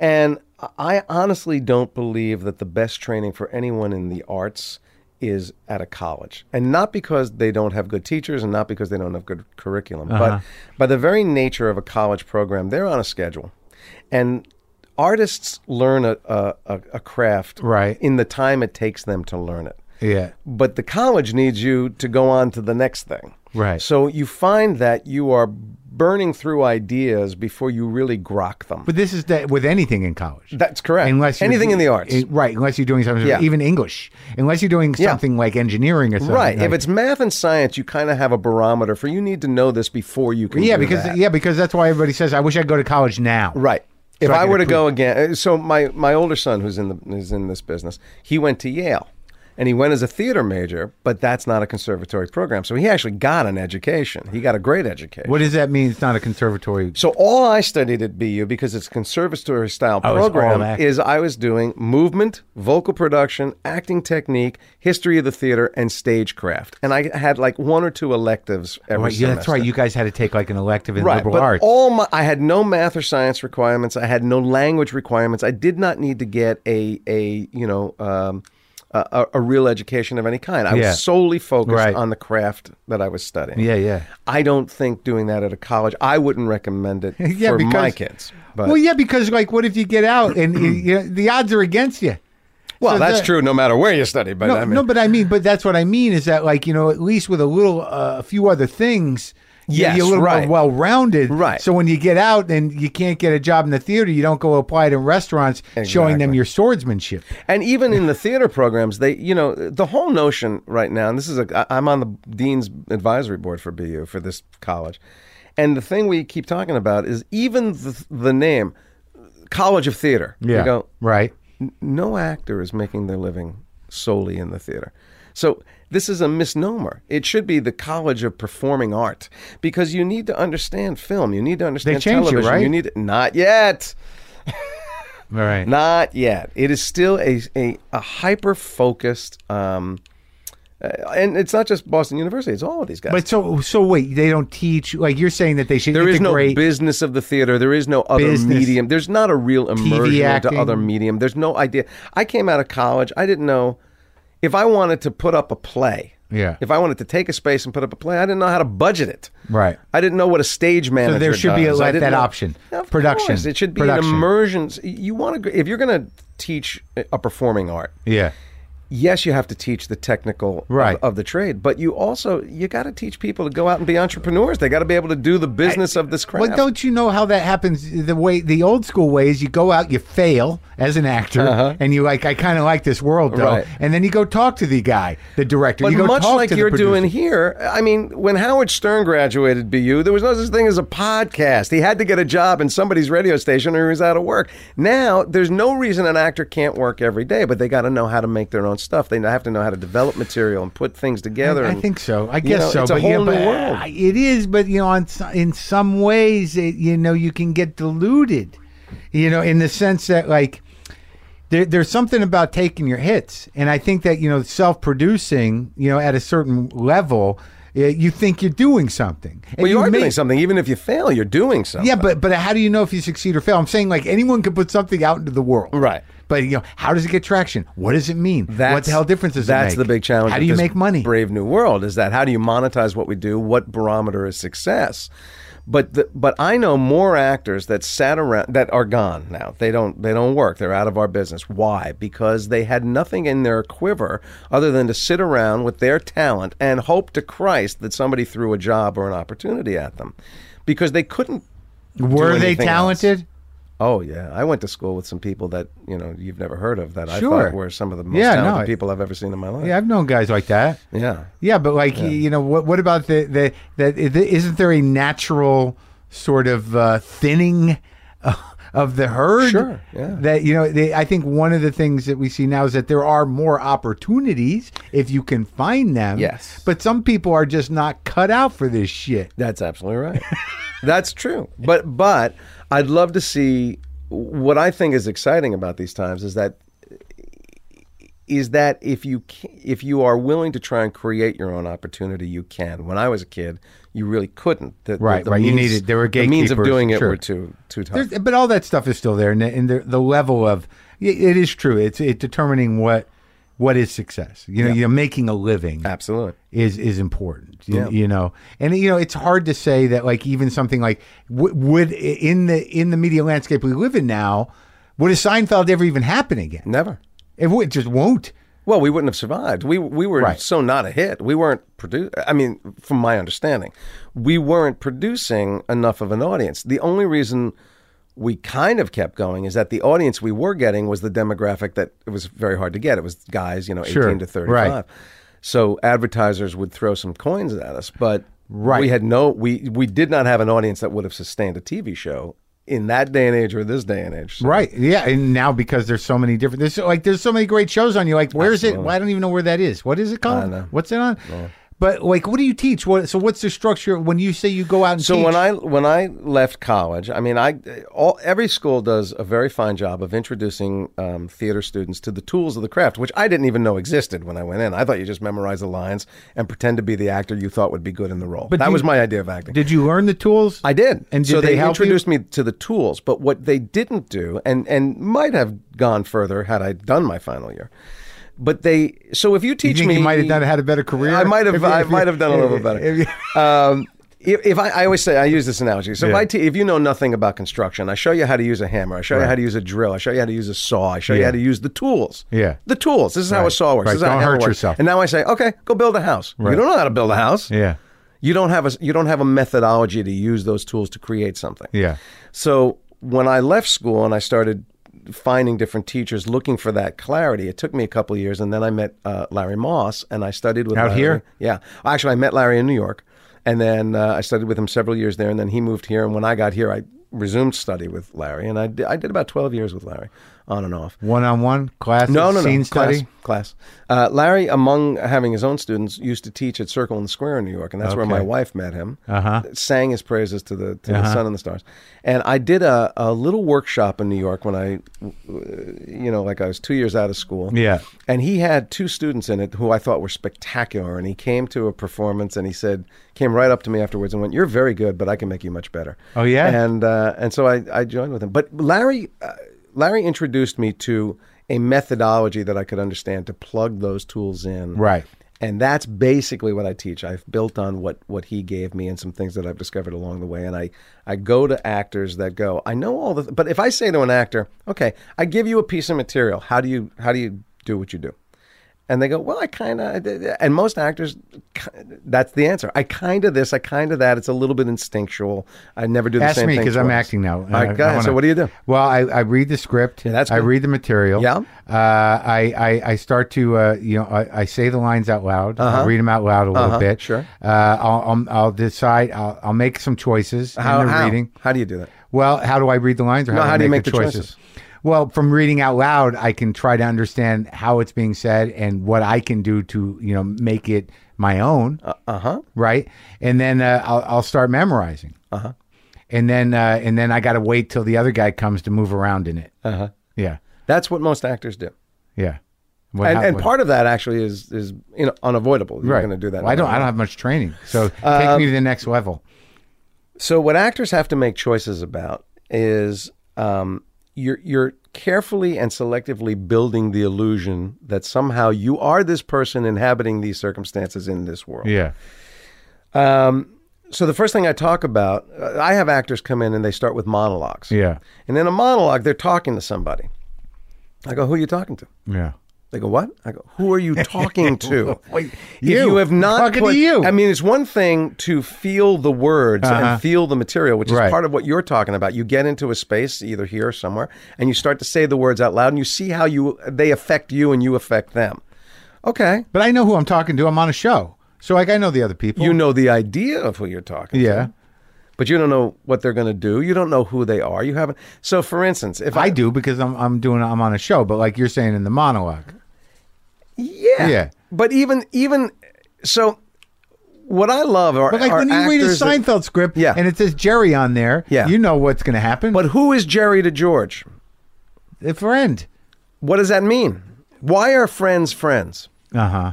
S4: and I honestly don't believe that the best training for anyone in the arts is at a college, and not because they don't have good teachers, and not because they don't have good curriculum,
S3: Uh-huh.
S4: but by the very nature of a college program, they're on a schedule, and. Artists learn a, a, a- a craft
S3: Right.
S4: in the time it takes them to learn it
S3: yeah,
S4: but the college needs you to go on to the next thing.
S3: Right.
S4: So you find that you are burning through ideas before you really grok them.
S3: but this is that with anything in college.
S4: That's correct.
S3: Unless you're-
S4: anything in the arts.
S3: eh, right? Unless you're doing something,
S4: Yeah.
S3: even English. Unless you're doing
S4: Yeah.
S3: something like engineering or something.
S4: right.
S3: like-
S4: if it's math and science, you kind of have a barometer for you need to know this before you can
S3: yeah,
S4: do
S3: because
S4: that.
S3: yeah, because that's why everybody says I wish I'd go to college now.
S4: Right.
S3: So
S4: If
S3: I
S4: I,
S3: could
S4: were to go again, uh, so my my older son who's in the who's in this business, he went to Yale, and he went as a theater major, but that's not a conservatory program. So he actually got an education. He got a great education.
S3: What does that mean? It's not a conservatory.
S4: So all I studied at BU because it's a conservatory style
S3: Oh, it's all
S4: program
S3: act-
S4: is I was doing movement, vocal production, acting technique, history of the theater, and stagecraft. And I had like one or two electives every
S3: Right, yeah, that's
S4: semester.
S3: right. You guys had to take like an elective in
S4: Right,
S3: liberal
S4: but
S3: arts.
S4: all my I had no math or science requirements. I had no language requirements. I did not need to get a a you know um, a, a a real education of any kind. I
S3: Yeah.
S4: was solely focused
S3: Right.
S4: on the craft that I was studying.
S3: yeah, yeah.
S4: I don't think doing that at a college. I wouldn't recommend it
S3: Yeah,
S4: for
S3: because-
S4: my kids. But
S3: Well, yeah, because like, what if you get out and you, you, the odds are against you?
S4: Well,
S3: So
S4: that's
S3: the-
S4: true no matter where you study. But
S3: No,
S4: I mean,
S3: no, but I mean, but that's what I mean is that like you know, at least with a little, uh, a few other things. you-
S4: Yes,
S3: you're a little
S4: right.
S3: more well-rounded.
S4: Right.
S3: So when you get out and you can't get a job in the theater, you don't go apply it in restaurants, showing them
S4: Exactly.
S3: your swordsmanship.
S4: and even in the theater programs, they you know the whole notion right now. And this is a I- I'm on the dean's advisory board for BU for this college, and the thing we keep talking about is even the, the name, College of Theater. You go,
S3: right.
S4: N- no actor is making their living solely in the theater. So this is a misnomer. It should be the College of Performing Art because you need to understand film. You need to understand
S3: changed it,
S4: television.
S3: right?
S4: You need not yet,
S3: All right.
S4: not yet. It is still a a, a hyper focused, um, uh, and it's not just Boston University. It's all of these guys.
S3: But so so wait, they don't teach like you're saying that they should
S4: there is no
S3: integrate.
S4: business of the theater. There is no other
S3: Business.
S4: medium. There's not a real immersion
S3: acting.
S4: into other medium. There's no idea. I came out of college. I didn't know if I wanted to put up a play.
S3: Yeah.
S4: If I wanted to take a space and put up a play, I didn't know how to budget it.
S3: Right.
S4: I didn't know what a stage manager.
S3: there should be a-
S4: does. I
S3: like
S4: didn't
S3: that
S4: know-
S3: option.
S4: Of
S3: Production.
S4: course. It should be
S3: Production.
S4: an immersion. You want to if you're going to teach a performing art
S3: yeah.
S4: yes, you have to teach the technical
S3: Right.
S4: of, of the trade, but you also you got to teach people to go out and be entrepreneurs. They got to be able to do the business of this craft.
S3: Well, don't you know how that happens? The way the old school way is you go out, you fail as an actor, and you like, I kind of like this world though,
S4: Uh-huh. Right.
S3: and then you go talk to the guy, the director.
S4: but
S3: you go
S4: much
S3: talk
S4: like
S3: to the
S4: you're doing
S3: producer.
S4: here, I mean, when Howard Stern graduated BU, there was no such thing as a podcast. He had to get a job in somebody's radio station or he was out of work. Now, there's no reason an actor can't work every day, but they got to know how to make their own stuff. They have to know how to develop material and put things together.
S3: I
S4: and-
S3: think so. I
S4: you
S3: guess
S4: know,
S3: so.
S4: It's
S3: but
S4: a whole
S3: yeah,
S4: new
S3: but
S4: world.
S3: I- It is, but you know, on, so- in some ways, it, you know, you can get deluded. You know, in the sense that like there, there's something about taking your hits, and I think that you know, self-producing, you know, at a certain level, eh, you think you're doing something. And
S4: well, you, are
S3: may-
S4: doing something. Even if you fail, you're doing something.
S3: Yeah, but but how do you know if you succeed or fail? I'm saying like anyone can put something out into the world,
S4: Right.
S3: But you know, how does it get traction? What does it mean? what the hell difference does
S4: That's
S3: it
S4: the
S3: make?
S4: big challenge.
S3: How do
S4: with
S3: you
S4: this
S3: make money?
S4: Brave new world is that how do you monetize what we do? What barometer is success? But the, but I know more actors that sat around that are gone now. They don't they don't work. They're out of our business. Why? Because they had nothing in their quiver other than to sit around with their talent and hope to Christ that somebody threw a job or an opportunity at them, because they couldn't. do
S3: Were they
S4: anything else.
S3: talented?
S4: Oh yeah, I went to school with some people that you know you've never heard of that I
S3: Sure.
S4: thought were some of the most
S3: Yeah, no,
S4: talented
S3: I-
S4: people I've ever seen in my life.
S3: Yeah, I've known guys like that.
S4: yeah.
S3: Yeah, but like y- you know, what what about the the that isn't there a natural sort of uh, thinning uh, of the herd?
S4: Sure, yeah.
S3: That you know, they, I think one of the things that we see now is that there are more opportunities if you can find them.
S4: Yes.
S3: but some people are just not cut out for this shit.
S4: That's absolutely right. That's true. But but I'd love to see what I think is exciting about these times is that is that if you ca- if you are willing to try and create your own opportunity, you can. When I was a kid, you really couldn't. The, the-
S3: Right,
S4: the
S3: right. You
S4: means-
S3: needed- there were
S4: the means of
S3: gatekeepers,
S4: doing it
S3: sure.
S4: were too too tough.
S3: There's, but all that stuff is still there, and the, and the, the level of it- it is true. It's it determining what what is success. You know, you're making a living.
S4: absolutely.
S3: is is important you,
S4: Yeah.
S3: you know and you know it's hard to say that like even something like w- would in the in the media landscape we live in now would a seinfeld ever even happen again
S4: Never.
S3: it, would, it just won't
S4: Well, we wouldn't have survived. We we were
S3: Right.
S4: so not a hit. We weren't produ I mean, from my understanding, we weren't producing enough of an audience. The only reason we kind of kept going is that the audience we were getting was the demographic that it was very hard to get. It was guys, you know, eighteen
S3: Sure.
S4: to thirty-five.
S3: Right.
S4: So advertisers would throw some coins at us, but
S3: Right.
S4: we had no we we did not have an audience that would have sustained a TV show in that day and age or this day and age. So-
S3: right yeah and now because there's so many different there's so- like there's so many great shows on you like where's it well, i don't even know where that is what is it called
S4: know.
S3: what's it on but like what do you teach what so what's the structure when you say you go out and
S4: So
S3: teach,
S4: when I when I left college, I mean, I all every school does a very fine job of introducing um, theater students to the tools of the craft, which I didn't even know existed when I went in. I thought you just memorize the lines and pretend to be the actor you thought would be good in the role.
S3: But
S4: that
S3: do-
S4: was my idea of acting.
S3: did you learn the tools
S4: I did,
S3: and did
S4: so
S3: they,
S4: they,
S3: help you?
S4: introduced me to the tools. But what they didn't do, and and might have gone further had I done my final year, but they. So if you
S3: you
S4: teach
S3: think
S4: me,
S3: you might have done had a better career
S4: I might have.
S3: If you-
S4: I
S3: if you-
S4: might have done a little bit
S3: if-
S4: better.
S3: if you-
S4: um, if, if I, I always say I use this analogy, so if I te- if you know nothing about construction, I show you how to use a hammer, I show you how to use a drill, I show you how to use a saw, I show you
S3: Yeah.
S4: how to use the tools.
S3: Yeah.
S4: the tools. This is how a
S3: Right.
S4: saw works.
S3: Right.
S4: This is how a
S3: Don't
S4: hammer
S3: hurt
S4: works.
S3: yourself.
S4: And now I say, okay, go build a house. You don't know how to build a house.
S3: yeah
S4: You don't have a you don't have a methodology to use those tools to create something.
S3: yeah
S4: So when I left school and I started finding different teachers looking for that clarity, it took me a couple of years, and then I met uh, Larry Moss and I studied with
S3: Out
S4: Larry.
S3: here?
S4: Yeah, actually, I met Larry in New York, and then uh, I studied with him several years there, and then he moved here, and when I got here, I resumed study with Larry, and I did, I did about twelve years with Larry, on and off.
S3: One on one class,
S4: No, no, no.
S3: scene
S4: class,
S3: study.
S4: Class. Uh, Larry, among having his own students, used to teach at Circle and Square in New York, and that's where
S3: Okay.
S4: my wife met him.
S3: Uh-huh.
S4: Sang his praises to the to the sun and the stars, and I did a, a little workshop in New York when I, uh, you know, like I was two years out of school.
S3: Yeah.
S4: And he had two students in it who I thought were spectacular, and he came to a performance and he said came right up to me afterwards and went, "You're very good, but I can make you much better."
S3: Oh, yeah?
S4: And and uh, and so I, I joined with him. But Larry uh, Larry introduced me to a methodology that I could understand to plug those tools in.
S3: Right.
S4: And that's basically what I teach. I've built on what what he gave me and some things that I've discovered along the way. And I I go to actors that go, I know all the. But if I say to an actor, okay, I give you a piece of material. How do you how do you do what you do? And they go, well, I kind of, and most actors, ki- that's the answer. I kind of this, I kind of that. It's a little bit instinctual. I never do the
S3: Ask
S4: same
S3: me
S4: thing
S3: because I'm
S4: twice.
S3: acting now.
S4: All right,
S3: I-
S4: go
S3: I
S4: ahead. So
S3: wanna-
S4: what do you do?
S3: Well, I, I read the script.
S4: Yeah, that's
S3: I
S4: good.
S3: read the material.
S4: Yeah.
S3: Uh, I, I I start to uh, you know I, I say the lines out loud. I'll read them out loud a little
S4: Uh-huh,
S3: bit.
S4: sure.
S3: Uh, I'll, I'll I'll decide. I'll, I'll make some choices
S4: How,
S3: in the
S4: how?
S3: reading.
S4: how do you do that?
S3: Well, how do I read the lines, or how,
S4: No,
S3: do,
S4: how
S3: I
S4: do you
S3: make
S4: make
S3: the
S4: the
S3: choices?
S4: choices?
S3: Well, from reading out loud, I can try to understand how it's being said and what I can do to you know make it my own.
S4: Uh huh.
S3: right? And then uh, I'll, I'll start memorizing. Uh-huh. And then uh, and then I got to wait till the other guy comes to move around in it. Uh-huh. Yeah,
S4: That's what most actors do.
S3: yeah. What
S4: And,
S3: hap-
S4: and
S3: what-
S4: part of that actually is is you know, unavoidable. You're going to do that.
S3: Well, I don't.
S4: anyway.
S3: I don't have much training, so
S4: Um,
S3: take me to the next level.
S4: So what actors have to make choices about is um, you're you're carefully and selectively building the illusion that somehow you are this person inhabiting these circumstances in this world.
S3: Yeah.
S4: So the first thing I talk about, uh, I have actors come in and they start with monologues.
S3: Yeah.
S4: And in a monologue, they're talking to somebody. I go, "Who are you talking to?"
S3: Yeah.
S4: They go, what? I go, who are you talking to?
S3: Wait,
S4: If
S3: you.
S4: have not
S3: Talking to
S4: put-
S3: you. Uh-huh.
S4: I mean, it's one thing to feel the words and feel the material, which is
S3: Right.
S4: part of what you're talking about. You get into a space, either here or somewhere, and you start to say the words out loud, and you see how you they affect you and you affect them. Okay,
S3: But I know who I'm talking to. I'm on a show, so like I know the other people.
S4: you know the idea of who you're talking to.
S3: yeah,
S4: but you don't know what they're going to do. You don't know who they are. You haven't. So, for instance, if I,
S3: I do because I'm I'm doing I'm on a show. But like you're saying in the monologue,
S4: yeah,
S3: Yeah.
S4: But even even so, what I love are,
S3: but like
S4: are
S3: when you read a
S4: actors that-
S3: Seinfeld script,
S4: Yeah.
S3: and it says Jerry on there,
S4: Yeah.
S3: you know what's going to happen.
S4: but who is Jerry to George?
S3: a friend,
S4: What does that mean? Why are friends friends?
S3: uh huh.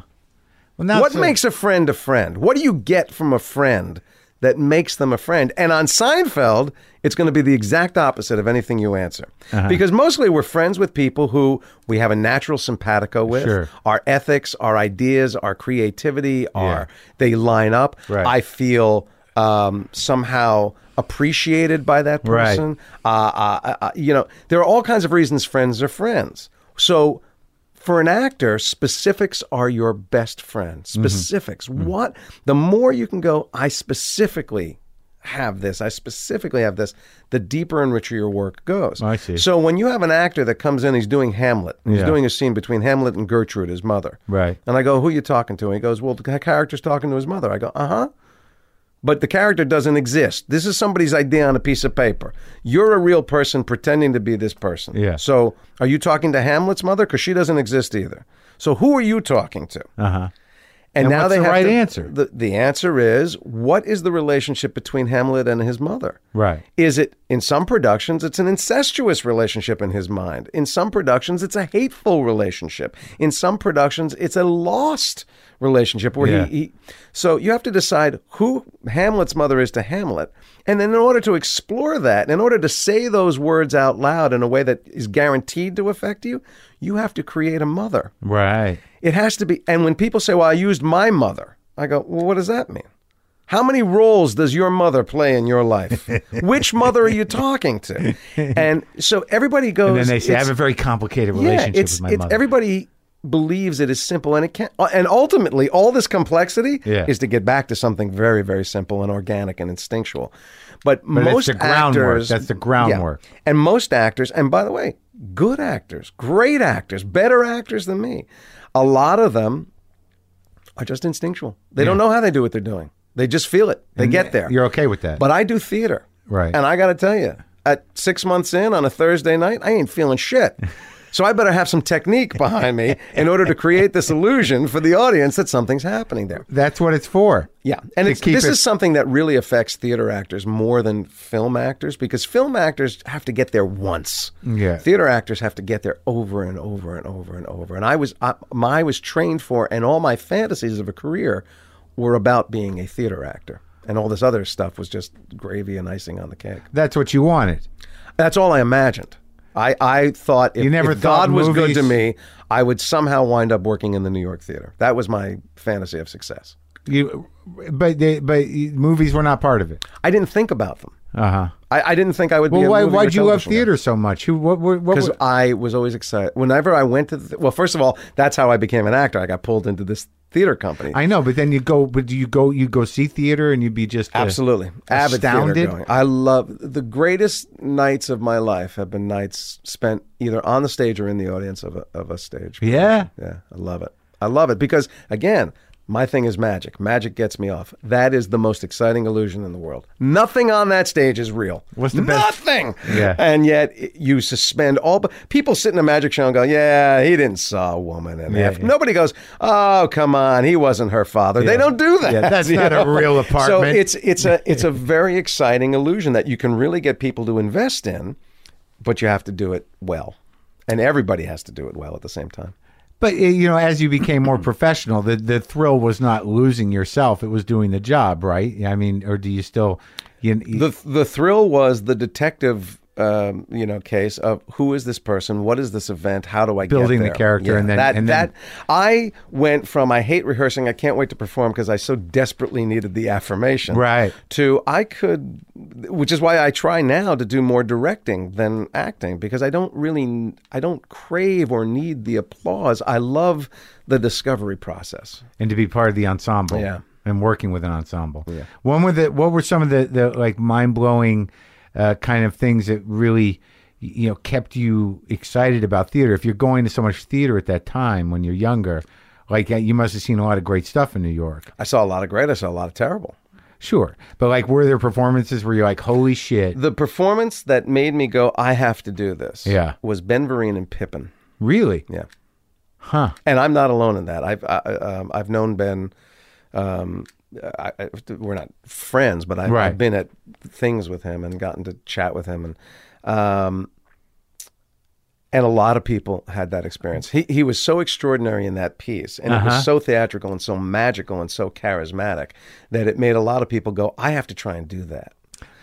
S3: Well, now
S4: what
S3: it's a-
S4: makes a friend a friend? What do you get from a friend that makes them a friend? And on Seinfeld, it's going to be the exact opposite of anything you answer.
S3: Uh-huh.
S4: Because mostly we're friends with people who we have a natural simpatico with.
S3: Sure.
S4: Our ethics, our ideas, our creativity, our they line up.
S3: Right.
S4: I feel um, somehow appreciated by that
S3: Right.
S4: person. Uh, uh, uh, you know, there are all kinds of reasons friends are friends. So, for an actor, specifics are your best friend.
S3: Mm-hmm.
S4: Specifics. What? The more you can go, I specifically have this, I specifically have this, the deeper and richer your work goes.
S3: I see.
S4: So, when you have an actor that comes in, he's doing Hamlet, he's
S3: Yeah.
S4: doing a scene between Hamlet and Gertrude, his mother.
S3: Right.
S4: And I go, Who you talking to? And he goes, Well, the character's talking to his mother. I go, Uh huh but the character doesn't exist. This is somebody's idea on a piece of paper. You're a real person pretending to be this person.
S3: Yeah.
S4: So are you talking to Hamlet's mother? Because she doesn't exist either. So who are you talking to? Uh huh. And,
S3: Uh-huh. And
S4: now
S3: what's
S4: they
S3: the
S4: have
S3: right
S4: to-
S3: answer?
S4: The, the answer is what is the relationship between Hamlet and his mother?
S3: Right.
S4: Is it in some productions it's an incestuous relationship in his mind. In some productions it's a hateful relationship. In some productions it's a lost relationship where
S3: Yeah.
S4: he, he so you have to decide who Hamlet's mother is to Hamlet. And then in order to explore that, in order to say those words out loud in a way that is guaranteed to affect you, you have to create a mother.
S3: right.
S4: It has to be. And when people say, well, I used my mother, I go, well, what does that mean? How many roles does your mother play in your life? Which mother are you talking to? And so everybody goes.
S3: And then they say I
S4: "It's-
S3: have a very complicated
S4: yeah,
S3: relationship
S4: it's,
S3: with my
S4: it's
S3: mother.
S4: everybody believes it is simple and it can not and ultimately all this complexity
S3: Yeah.
S4: is to get back to something very very simple and organic and instinctual but,
S3: it's
S4: most
S3: the groundwork.
S4: actors
S3: That's the
S4: Yeah.
S3: groundwork.
S4: and most actors and by the way good actors great actors better actors than me a lot of them are just instinctual they don't know how they do what they're doing they just feel it they get there
S3: You're okay with that?
S4: but I do theater.
S3: Right.
S4: And I got to tell you, at six months in on a Thursday night, I ain't feeling shit. So I better have some technique behind me in order to create this illusion for the audience that something's happening there.
S3: That's what it's for.
S4: Yeah, and
S3: To
S4: it's,
S3: keep
S4: this
S3: it-
S4: is something that really affects theater actors more than film actors because film actors have to get there once.
S3: Yeah.
S4: theater actors have to get there over and over and over and over. And I was I, my, I was trained for, and all my fantasies of a career were about being a theater actor, and all this other stuff was just gravy and icing on the cake.
S3: That's what you wanted.
S4: That's all I imagined. I, I thought if,
S3: You never
S4: if God
S3: thought
S4: was good to
S3: movies-
S4: me, I would somehow wind up working in the New York theater. That was my fantasy of success.
S3: You, but they, but movies were not part of it.
S4: I didn't think about them.
S3: Uh huh.
S4: I, I didn't think I would be.
S3: Well,
S4: a
S3: why
S4: movie
S3: why
S4: or
S3: would you love
S4: television guy.
S3: theater so much? Who what what, what,
S4: because I was always excited. Whenever I went to, the, well, first of all, that's how I became an actor. I got pulled into this theater company.
S3: I know, but then you go, but do you go, you go see theater, and you'd be just uh,
S4: Absolutely, avid theater
S3: astounded.
S4: going. I love the greatest nights of my life have been nights spent either on the stage or in the audience of a, of a stage.
S3: Yeah,
S4: yeah, I love it. I love it because again. My thing is magic. Magic gets me off. That is the most exciting illusion in the world. Nothing on that stage is real.
S3: What's the best-
S4: nothing.
S3: Yeah.
S4: And yet it- you suspend all. But people sit in a magic show and go, "Yeah, he didn't saw a woman." And
S3: Yeah,
S4: F."
S3: yeah.
S4: nobody goes, "Oh, come on, he wasn't her father." They don't do that.
S3: Yeah, that's
S4: you
S3: not a real
S4: So
S3: apartment.
S4: it's it's a it's a very exciting illusion that you can really get people to invest in, but you have to do it well, and everybody has to do it well at the same time.
S3: but uh, you know, as you became more professional, the the thrill was not losing yourself; it was doing the job, right? I mean, or do you still? You, you-
S4: the The thrill was the detective um, you know, case of who is this person? What is this event? How do I
S3: Building
S4: get
S3: the
S4: there?
S3: character and then-
S4: that
S3: and then-
S4: that I went from I hate rehearsing, I can't wait to perform because I so desperately needed the affirmation.
S3: Right.
S4: To I could, which is why I try now to do more directing than acting because I don't really I don't crave or need the applause. I love the discovery process.
S3: and to be part of the ensemble.
S4: Yeah.
S3: And working with an ensemble. Yeah. One with the what were some of the, the like mind blowing uh, kind of things that really you know kept you excited about theater? If you're going to so much theater at that time when you're younger, like uh, you must have seen a lot of great stuff in New York.
S4: I saw a lot of great. I saw a lot of terrible.
S3: Sure. But like were there performances where you're like, Holy shit.
S4: The performance that made me go, I have to do this.
S3: Yeah.
S4: Was Ben Vereen and Pippin.
S3: Really?
S4: Yeah.
S3: Huh.
S4: And I'm not alone in that. I've I, um, I've known Ben. Um, I, I, we're not friends, but I've,
S3: Right.
S4: I've been at things with him and gotten to chat with him, and um, and a lot of people had that experience. He he was so extraordinary in that piece, and
S3: Uh-huh.
S4: it was so theatrical and so magical and so charismatic that it made a lot of people go, "I have to try and do that."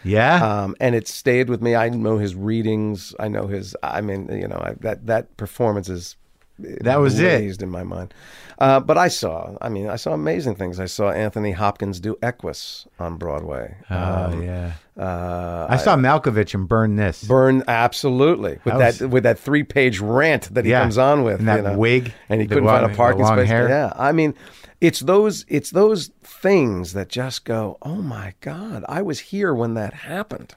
S3: Yeah.
S4: um, and it stayed with me. I know his readings. I know his. I mean, you know, I, that that performance is
S3: That was it.
S4: raised in my mind. Uh, but I saw. I mean, I saw amazing things. I saw Anthony Hopkins do Equus on Broadway.
S3: oh
S4: Um,
S3: yeah.
S4: uh,
S3: I saw Malkovich and Burn This.
S4: Burn absolutely with
S3: That
S4: that,
S3: was-
S4: with that three page rant that he
S3: Yeah.
S4: comes on with
S3: And that
S4: you know?
S3: wig,
S4: and he
S3: the
S4: couldn't
S3: wa-
S4: find
S3: the
S4: a parking
S3: long
S4: space.
S3: hair.
S4: Yeah, I mean, it's those it's those things that just go, oh my god, I was here when that happened,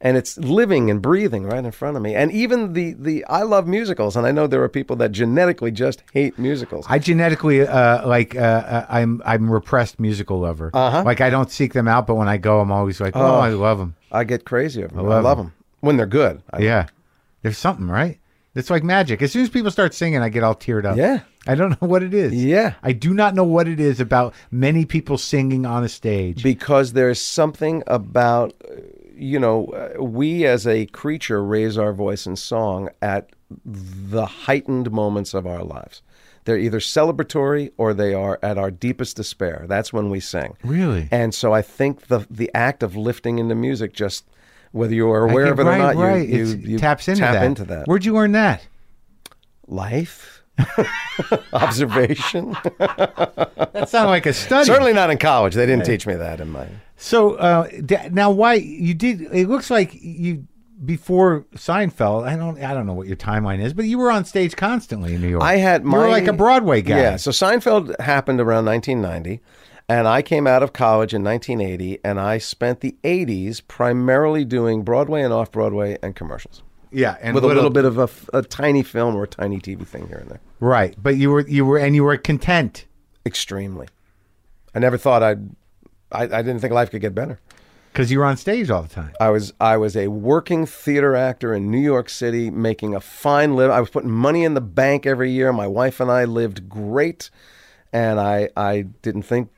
S4: and it's living and breathing right in front of me. And even the the I love musicals, and I know there are people that genetically just hate musicals.
S3: I genetically uh, like uh, uh, I'm I'm repressed musical lover. Uh-huh. Like I don't seek them out, but when I go, I'm always like, oh, I love them.
S4: I get crazy over them. I
S3: love
S4: love them when they're good. I,
S3: Yeah, there's something right. It's like magic. As soon as people start singing, I get all teared up.
S4: Yeah.
S3: I don't know what it is.
S4: Yeah.
S3: I do not know what it is about many people singing on a stage.
S4: because there's something about uh, you know uh, we as a creature raise our voice in song at the heightened moments of our lives they're either celebratory or they are at our deepest despair that's when we sing
S3: Really?
S4: and so i think the the act of lifting into music just whether you're
S3: I
S4: aware
S3: think-
S4: of it
S3: right,
S4: or not
S3: right.
S4: you, you,
S3: It's-
S4: you
S3: taps into
S4: tap
S3: that.
S4: into that
S3: Where'd you learn that?
S4: life observation
S3: That sounded like a study.
S4: certainly not in college they didn't teach me that in my
S3: So uh, da- now, why you did? It looks like you before Seinfeld. I don't. I don't know what your timeline is, but you were on stage constantly in New York.
S4: I had my
S3: You were like a Broadway guy.
S4: Yeah. So Seinfeld happened around 1990, and I came out of college in 1980, and I spent the 80s primarily doing Broadway and off Broadway and commercials
S3: yeah, and
S4: with a little bit of a, f- a tiny film or a tiny TV thing here and there.
S3: Right, but you were you were and you were content.
S4: Extremely. I never thought I'd. I, I didn't think life could get better.
S3: Because you were on stage all the time.
S4: I was I was a working theater actor in New York City, making a fine living. I was putting money in the bank every year. My wife and I lived great, and I I didn't think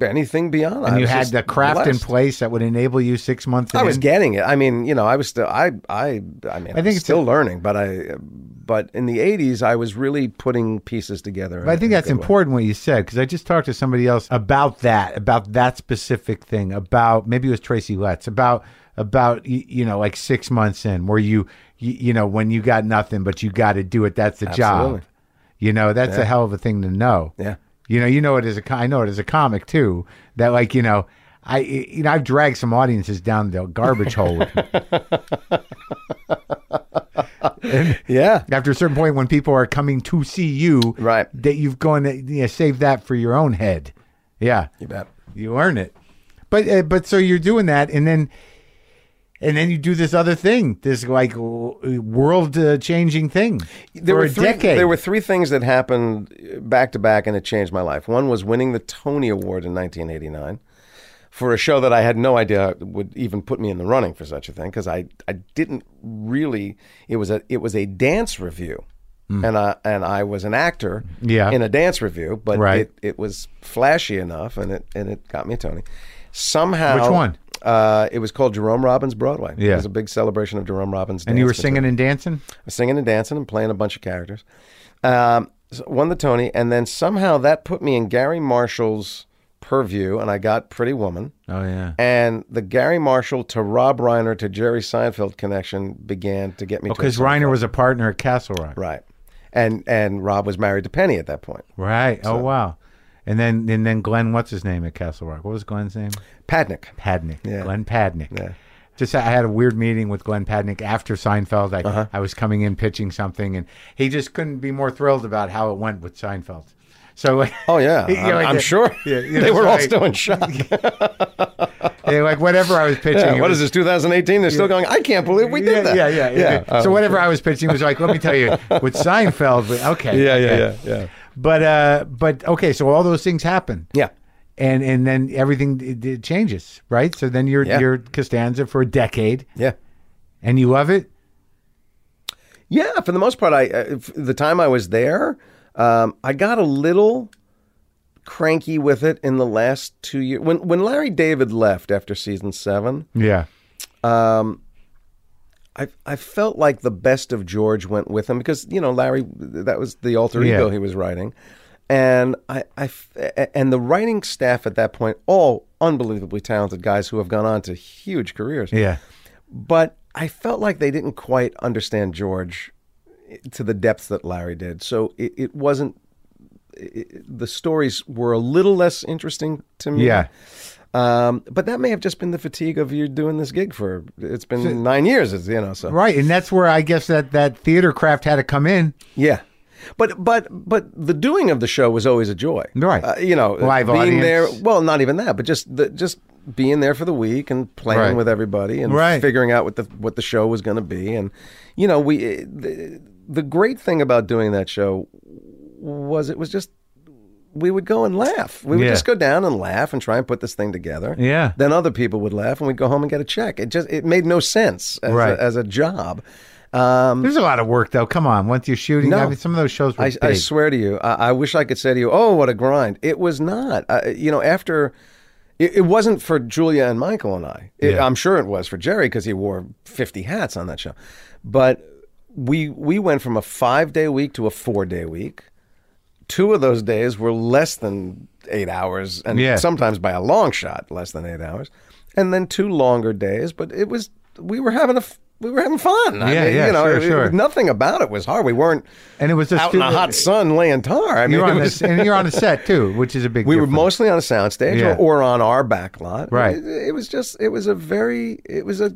S4: anything beyond.
S3: And you had the craft in
S4: and
S3: place that would enable you six months.
S4: I was
S3: in.
S4: getting it. I mean, you know, I was still I I I mean, I
S3: think
S4: think
S3: it's
S4: it's still
S3: a-
S4: learning, but I but in the '80s, I was really putting pieces together.
S3: But I think
S4: in a
S3: that's
S4: good way.
S3: important what you said because I just talked to somebody else about that, about that specific thing, about maybe it was Tracy Letts, about about y- you know like six months in where you you, you know when you got nothing but you got to do it. That's the
S4: Absolutely.
S3: job. You know that's a hell of a thing to know.
S4: Yeah.
S3: You know you know it as a co- I know it as a comic too that like you know. I you know I've dragged some audiences down the garbage hole with me.
S4: Yeah.
S3: after a certain point when people are coming to see you
S4: Right.
S3: that you've gone to you know, save that for your own head yeah
S4: You bet.
S3: you earn it but uh, but so you're doing that and then and then you do this other thing this like world uh, changing thing for a
S4: three,
S3: decade
S4: There were three things that happened uh, back to back, and it changed my life. One was winning the Tony Award in 1989 for a show that I had no idea would even put me in the running for such a thing because I, I didn't really. It was a it was a dance review, and I and I was an actor
S3: Hmm. Yeah.
S4: in a dance review, but
S3: Right.
S4: it, it was flashy enough, and it and it got me a Tony. Somehow,
S3: Which one?
S4: Uh, it was called Jerome Robbins Broadway.
S3: Yeah.
S4: it was a big celebration of Jerome Robbins.
S3: and you were
S4: dance material
S3: singing and dancing
S4: singing and dancing and playing a bunch of characters. Um, so- won the Tony, and then somehow that put me in Gary Marshall's Purview, and I got Pretty Woman.
S3: Oh yeah.
S4: And the Gary Marshall to Rob Reiner to Jerry Seinfeld connection began to get me. to
S3: Because
S4: a Seinfeld.
S3: Reiner was a partner at Castle Rock.
S4: right, and and Rob was married to Penny at that point.
S3: Right. Oh wow. And then and then Glenn, what's his name at Castle Rock? What was Glenn's name?
S4: Padnick.
S3: Padnick.
S4: Yeah.
S3: Glenn Padnick.
S4: Yeah.
S3: Just I had a weird meeting with Glenn Padnick after Seinfeld. I
S4: Uh-huh.
S3: I was coming in pitching something, and he just couldn't be more thrilled about how it went with Seinfeld. So
S4: Oh yeah,
S3: you know,
S4: I'm,
S3: like
S4: I'm
S3: the-
S4: sure
S3: yeah, you know,
S4: they were
S3: so
S4: all
S3: I-
S4: still in shock.
S3: yeah, like whatever I was pitching,
S4: Yeah,
S3: it
S4: what
S3: was-
S4: is this 2018? They're still going. I can't believe we did
S3: yeah,
S4: that.
S3: Yeah, yeah, yeah.
S4: yeah.
S3: so
S4: Um,
S3: whatever I was pitching was like, let me tell you, with Seinfeld, we- okay,
S4: Yeah, yeah,
S3: okay.
S4: yeah, yeah.
S3: But uh, but okay, so all those things happen.
S4: Yeah.
S3: and and then everything it, it changes, right? So then you're
S4: Yeah.
S3: you're Costanza for a decade,
S4: yeah.
S3: and you love it.
S4: Yeah, for the most part, I uh, f- the time I was there, um, I got a little cranky with it in the last two years. When when Larry David left after season seven,
S3: Yeah,
S4: I I felt like the best of George went with him because you know Larry that was the alter
S3: Yeah.
S4: ego he was writing, and I I f- a- and the writing staff at that point all unbelievably talented guys who have gone on to huge careers.
S3: yeah,
S4: but I felt like they didn't quite understand George to the depths that Larry did. So it, it wasn't. It, the stories were a little less interesting to me.
S3: yeah.
S4: Um, but that may have just been the fatigue of you doing this gig for it's been nine years. It's, you know. So
S3: Right, and that's where I guess that that theater craft had to come in.
S4: yeah. But but but the doing of the show was always a joy,
S3: Right.
S4: Uh, you know,
S3: Live
S4: being
S3: audience.
S4: there. Well, not even that, but just the, just being there for the week and playing
S3: Right.
S4: with everybody and
S3: Right.
S4: figuring out what the what the show was going to be, and you know, we eh, the, the great thing about doing that show was it was just we would go and laugh. We would
S3: Yeah.
S4: just go down and laugh and try and put this thing together.
S3: Yeah.
S4: Then other people would laugh, and we'd go home and get a check. It just it made no sense as,
S3: Right.
S4: a, as a job. Um,
S3: There's a lot of work though. Come on, once you're shooting, I
S4: No.
S3: mean, some of those shows were
S4: I,
S3: big.
S4: I swear to you, I, I wish I could say to you, "Oh, what a grind!" It was not. I, you know, after it, it wasn't for Julia and Michael and I. It,
S3: Yeah.
S4: I'm sure it was for Jerry because he wore 50 hats on that show. But we we went from a five day week to a four day week. Two of those days were less than eight hours, and
S3: Yeah.
S4: sometimes by a long shot, less than eight hours, and then two longer days. But it was we were having a f- we were having fun.
S3: Yeah, yeah,
S4: you know,
S3: sure,
S4: it- it-
S3: sure.
S4: nothing about it was hard. We weren't
S3: and it was a
S4: out in the hot sun laying tar. I mean,
S3: You're on
S4: it was-
S3: a, and you're on a set too, which is a big.
S4: we were
S3: difference.
S4: mostly on a soundstage
S3: Yeah.
S4: or, or on our back lot.
S3: Right.
S4: It, it was just, it was a very, it was a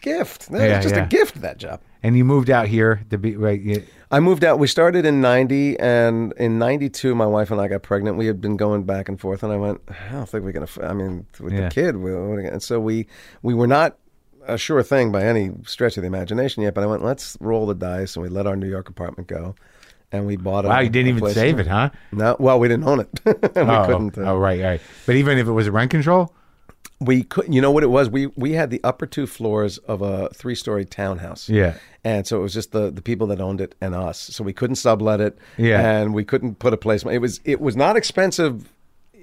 S4: gift. It
S3: Yeah,
S4: was just
S3: yeah.
S4: a gift, that job.
S3: and you moved out here to be right. you-
S4: I moved out. We started in 90, and in 92, my wife and I got pregnant. We had been going back and forth, and I went, I don't think we can, aff- I mean, with
S3: Yeah.
S4: the kid. We, we- and so we, we were not a sure thing by any stretch of the imagination yet, but I went, let's roll the dice, and we let our New York apartment go. And we bought a
S3: wow, you didn't
S4: a
S3: even
S4: place-
S3: save it, huh?
S4: No, well, we didn't own it. we
S3: oh,
S4: couldn't. uh,
S3: oh, right, right. But even if it was rent control,
S4: We could. You know what it was? We we had the upper two floors of a three story townhouse.
S3: Yeah.
S4: And so it was just the the people that owned it and us. So we couldn't sublet it.
S3: Yeah.
S4: And we couldn't put a placement. It was it was not expensive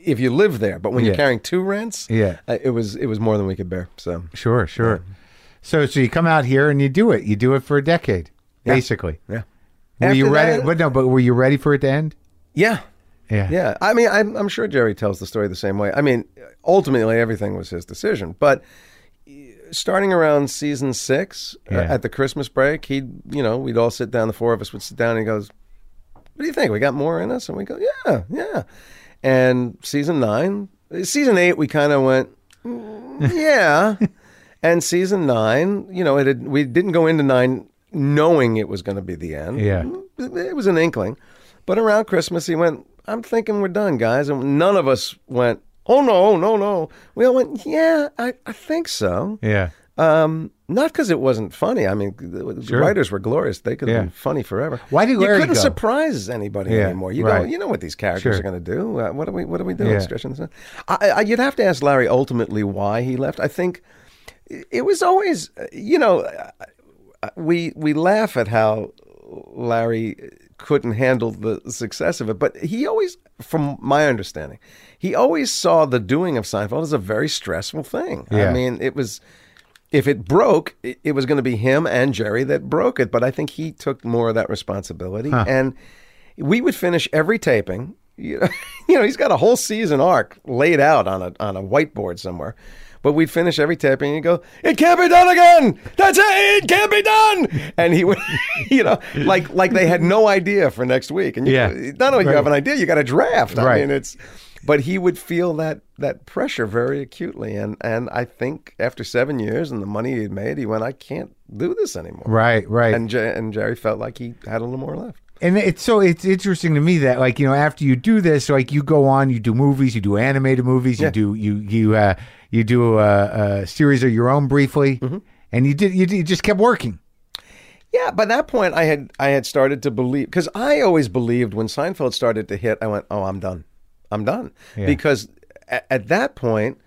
S4: if you live there, but when
S3: Yeah.
S4: you're carrying two rents,
S3: Yeah.
S4: uh, it was it was more than we could bear. So
S3: sure, sure. So, so you come out here and you do it. You do it for a decade, basically.
S4: yeah.
S3: Were you
S4: After
S3: ready?
S4: that-
S3: but no, but were you ready for it to end?
S4: Yeah.
S3: Yeah.
S4: Yeah. I mean, I'm, I'm sure Jerry tells the story the same way. I mean, ultimately, everything was his decision. But uh, starting around season six, uh,
S3: Yeah.
S4: at the Christmas break, he'd, you know, we'd all sit down, the four of us would sit down, and he goes, What do you think? We got more in us? And we go, Yeah, yeah. And season nine, uh, season eight, we kind of went, "Mm, Yeah. and season nine, you know, it had, we didn't go into nine knowing it was going to be the end
S3: Yeah.
S4: it was an inkling. But around Christmas, he went, I'm thinking we're done, guys. And none of us went, oh, no, no, no. We all went, yeah, I, I think so.
S3: Yeah.
S4: Um, not because it wasn't funny. I mean, the the writers were glorious. They could
S3: Yeah.
S4: have been funny forever.
S3: Why did
S4: you
S3: Larry
S4: couldn't
S3: go?
S4: surprise anybody
S3: Yeah,
S4: anymore? You
S3: right.
S4: go, you know what these characters
S3: Sure.
S4: are going to do. Uh, what are we? What are we doing?
S3: Yeah.
S4: Stretching this out? I, I, you'd have to ask Larry ultimately why he left. I think it was always, uh, you know, uh, we we laugh at how Larry couldn't handle the success of it, but he always, from my understanding, he always saw the doing of Seinfeld as a very stressful thing.
S3: Yeah.
S4: I mean, it was. If it broke, it, it was going to be him and Jerry that broke it. But I think he took more of that responsibility, and we would finish every taping you know, you know, he's got a whole season arc laid out on a on a whiteboard somewhere. But we'd finish every taping and he'd go, "It can't be done again. That's it. It can't be done." And he would, you know, like like they had no idea for next week. And you,
S3: Yeah.
S4: not only do you have an idea, you got a draft. I
S3: Right.
S4: mean, it's. But he would feel that that pressure very acutely, and and I think after seven years and the money he'd made, he went, "I can't do this anymore."
S3: Right, right.
S4: And J- and Jerry felt like he had a little more left.
S3: And it's so it's interesting to me that like you know after you do this like you go on you do movies you do animated movies you do you you uh, you do a, a series of your own briefly
S4: Mm-hmm.
S3: and you did you, did- you just kept working
S4: Yeah, by that point, I had I had started to believe because I always believed when Seinfeld started to hit, I went, "Oh, I'm done, I'm done," because at, at that point,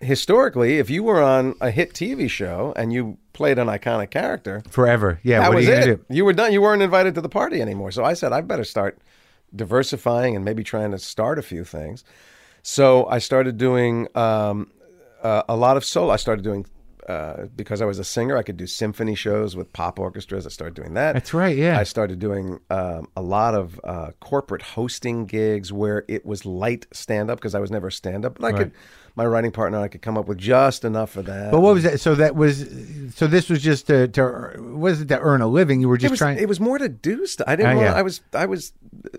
S4: historically, if you were on a hit TV show and you played an iconic character,
S3: forever yeah
S4: that
S3: what
S4: was
S3: are you gonna
S4: it. You were done. You weren't invited to the party anymore. So I said, I better start diversifying and maybe trying to start a few things. So I started doing um, uh, a lot of solo. I started doing. Uh, because I was a singer, I could do symphony shows with pop orchestras. I started doing that.
S3: That's right, yeah.
S4: I started doing um, a lot of uh, corporate hosting gigs where it was light stand up because I was never stand up, but I could. My writing partner, and I could come up with just enough of that.
S3: but what was that so that was so this was just to, to was it to earn a living you were just
S4: it was,
S3: trying
S4: It was more to do stuff. I didn't.
S3: Oh,
S4: want,
S3: yeah.
S4: I was. I was uh,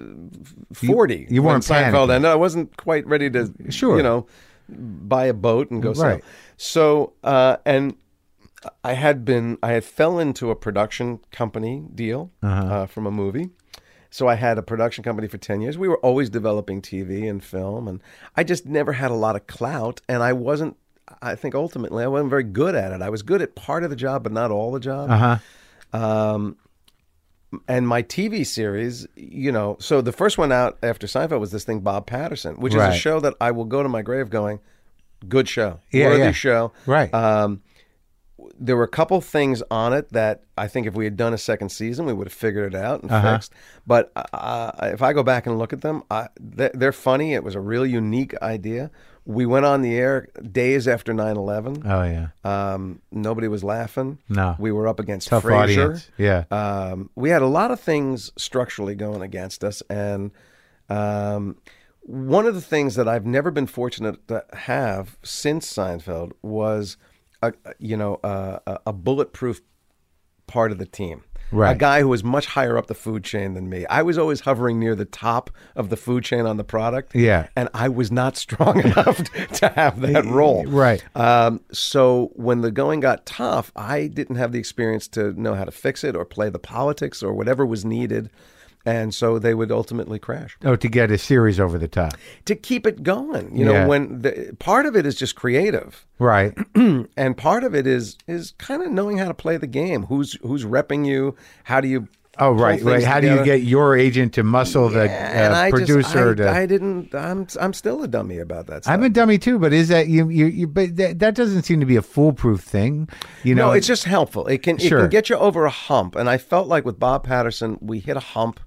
S4: forty.
S3: you
S4: when
S3: weren't
S4: Seinfeld,
S3: panicking.
S4: and I wasn't quite ready to.
S3: Sure.
S4: You know, buy a boat and go sail.
S3: Right.
S4: So uh, and I had been. I had fell into a production company deal
S3: Uh-huh.
S4: uh, from a movie. So I had a production company for ten years. We were always developing TV and film, and I just never had a lot of clout, and I wasn't. I think ultimately I wasn't very good at it. I was good at part of the job, but not all the job
S3: uh-huh
S4: and my TV series, you know, so the first one out after Seinfeld was this thing Bob Patterson, which is
S3: Right.
S4: a show that I will go to my grave going, good show,
S3: Yeah,
S4: worthy
S3: yeah.
S4: show.
S3: Right.
S4: Um, there were a couple things on it that I think if we had done a second season, we would have figured it out and
S3: Uh-huh.
S4: fixed. But uh, if I go back and look at them, I, they're, they're funny. It was a real unique idea. We went on the air days after 9-11.
S3: oh yeah
S4: Um, nobody was laughing.
S3: No.
S4: we were up against
S3: Tough
S4: Frasier.
S3: audience. Yeah.
S4: um, we had a lot of things structurally going against us, and um, one of the things that I've never been fortunate to have since Seinfeld was, a, you know, a, a- a bulletproof part of the team.
S3: Right.
S4: A guy who was much higher up the food chain than me. I was always hovering near the top of the food chain on the product.
S3: Yeah.
S4: And I was not strong enough to have that role.
S3: Right.
S4: Um, so when the going got tough, I didn't have the experience to know how to fix it or play the politics or whatever was needed. And so they would ultimately crash.
S3: oh to get a series over the top
S4: To keep it going, you know,
S3: Yeah.
S4: when the, part of it is just creative,
S3: right Oh,
S4: and part of it is is kind of knowing how to play the game. Who's who's repping you? How do you?
S3: oh
S4: pull
S3: right right
S4: things
S3: how do you
S4: together?
S3: get your agent to muscle the
S4: And
S3: uh,
S4: I just-
S3: producer
S4: I,
S3: to
S4: I didn't. I'm I'm still a dummy about that. Stuff.
S3: I'm a dummy too, but is that you? You, you but that, that doesn't seem to be a foolproof thing, you know.
S4: No, it's just helpful. It can it
S3: Sure.
S4: can get you over a hump. And I felt like with Bob Patterson, we hit a hump,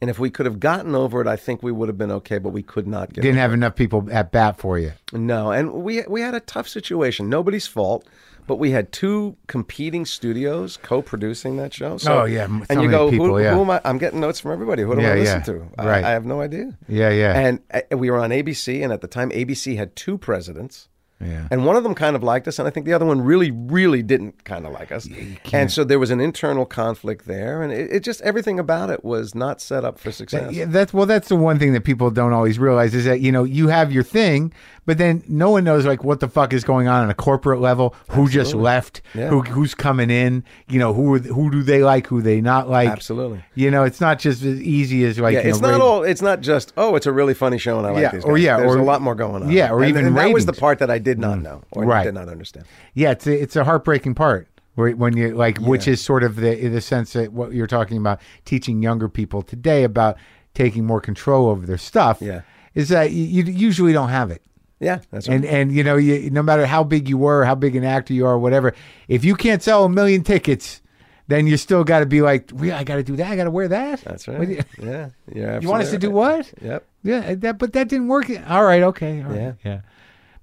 S4: and if we could have gotten over it, I think we would have been okay. But we could not get
S3: didn't have enough people at bat for you.
S4: no. And we we had a tough situation. Nobody's fault. But we had two competing studios co-producing that show. So,
S3: Oh, yeah. M- so
S4: and you
S3: many
S4: go,
S3: people,
S4: who,
S3: yeah.
S4: who am I? I'm getting notes from everybody. Who do
S3: Yeah,
S4: I
S3: yeah.
S4: listen to? I-
S3: Right.
S4: I have no idea.
S3: Yeah, yeah.
S4: And uh, we were on ABC, and at the time, ABC had two presidents.
S3: Yeah.
S4: And one of them kind of liked us, and I think the other one really, really didn't kind of like us. and so there was an internal conflict there, and it, it just everything about it was not set up for success.
S3: Yeah, that's well. That's the one thing that people don't always realize is that you know you have your thing, but then no one knows like what the fuck is going on on a corporate level. Who just left?
S4: Yeah.
S3: Who who's coming in? You know who are, th- who do they like? Who they not like?
S4: Absolutely.
S3: You know, it's not just as easy as like.
S4: Yeah,
S3: you
S4: it's
S3: know,
S4: not
S3: radio-
S4: all. It's not just. Oh, it's a really funny show, and I like
S3: Yeah,
S4: these guys.
S3: or yeah,
S4: There's
S3: or-
S4: a lot more going on.
S3: yeah, or
S4: And-
S3: even
S4: and that was the
S3: ratings. Mm.
S4: part that I did not know or
S3: Right.
S4: did not understand.
S3: Yeah, it's a, it's a heartbreaking part where when you like, which is sort of the the sense that what you're talking about teaching younger people today about taking more control over their stuff.
S4: Yeah.
S3: is that you, you usually don't have it,
S4: Yeah, that's right.
S3: and and you know, you, no matter how big you were, how big an actor you are, whatever, if you can't sell a million tickets, then you still got to be like, "Really, I got to do that, I got to wear that.
S4: that's
S3: What
S4: right.
S3: do you,
S4: yeah, yeah.
S3: you want us to do
S4: absolutely
S3: what?
S4: right. Yep.
S3: Yeah, uh, that but that didn't work. All right, okay. all right,
S4: Yeah.
S3: Yeah.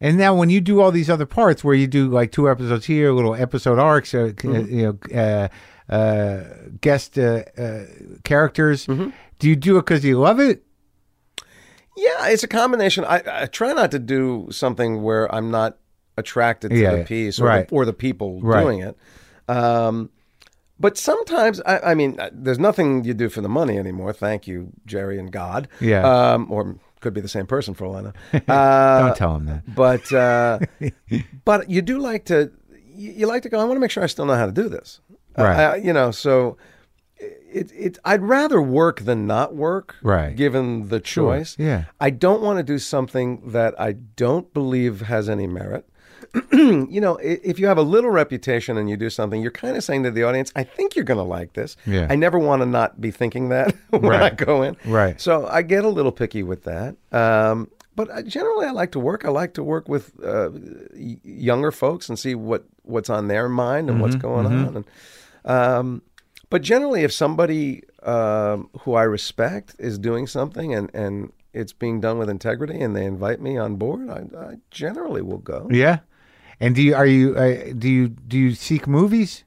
S3: And now when you do all these other parts where you do like two episodes here, little episode arcs, uh, c- uh,
S4: Mm-hmm.
S3: you know, uh, uh,
S4: Mm-hmm.
S3: guest uh, uh, characters, do you do it because you love it?
S4: Yeah, it's a combination. I, I try not to do something where I'm not attracted to
S3: Yeah,
S4: the
S3: yeah.
S4: piece or,
S3: Right.
S4: the, or the people
S3: Right.
S4: doing it. Um, but sometimes, I, I mean, uh, there's nothing you do for the money anymore. Thank you, Jerry and God.
S3: Yeah.
S4: Um, or could be the same person for all I know. Uh,
S3: Don't tell him that.
S4: but uh, but you do like to you, you like to go. I want to make sure I still know how to do this, Uh,
S3: Right.
S4: I- you know, so it it I'd rather work than not work,
S3: Right.
S4: Given the choice,
S3: yeah.
S4: I don't want to do something that I don't believe has any merit. you know, i- if you have a little reputation and you do something, you're kind of saying to the audience, "I think you're going to like this."
S3: Yeah.
S4: I never want to not be thinking that when I
S3: Right.
S4: go in.
S3: Right.
S4: So I get a little picky with that. Um, but I, generally, I like to work. I like to work with uh, y- younger folks and see what, what's on their mind and what's going on. And, um, but generally, if somebody um, who I respect is doing something and, and it's being done with integrity and they invite me on board, I, I generally will go.
S3: Yeah. And do you are you uh, do you do you seek movies?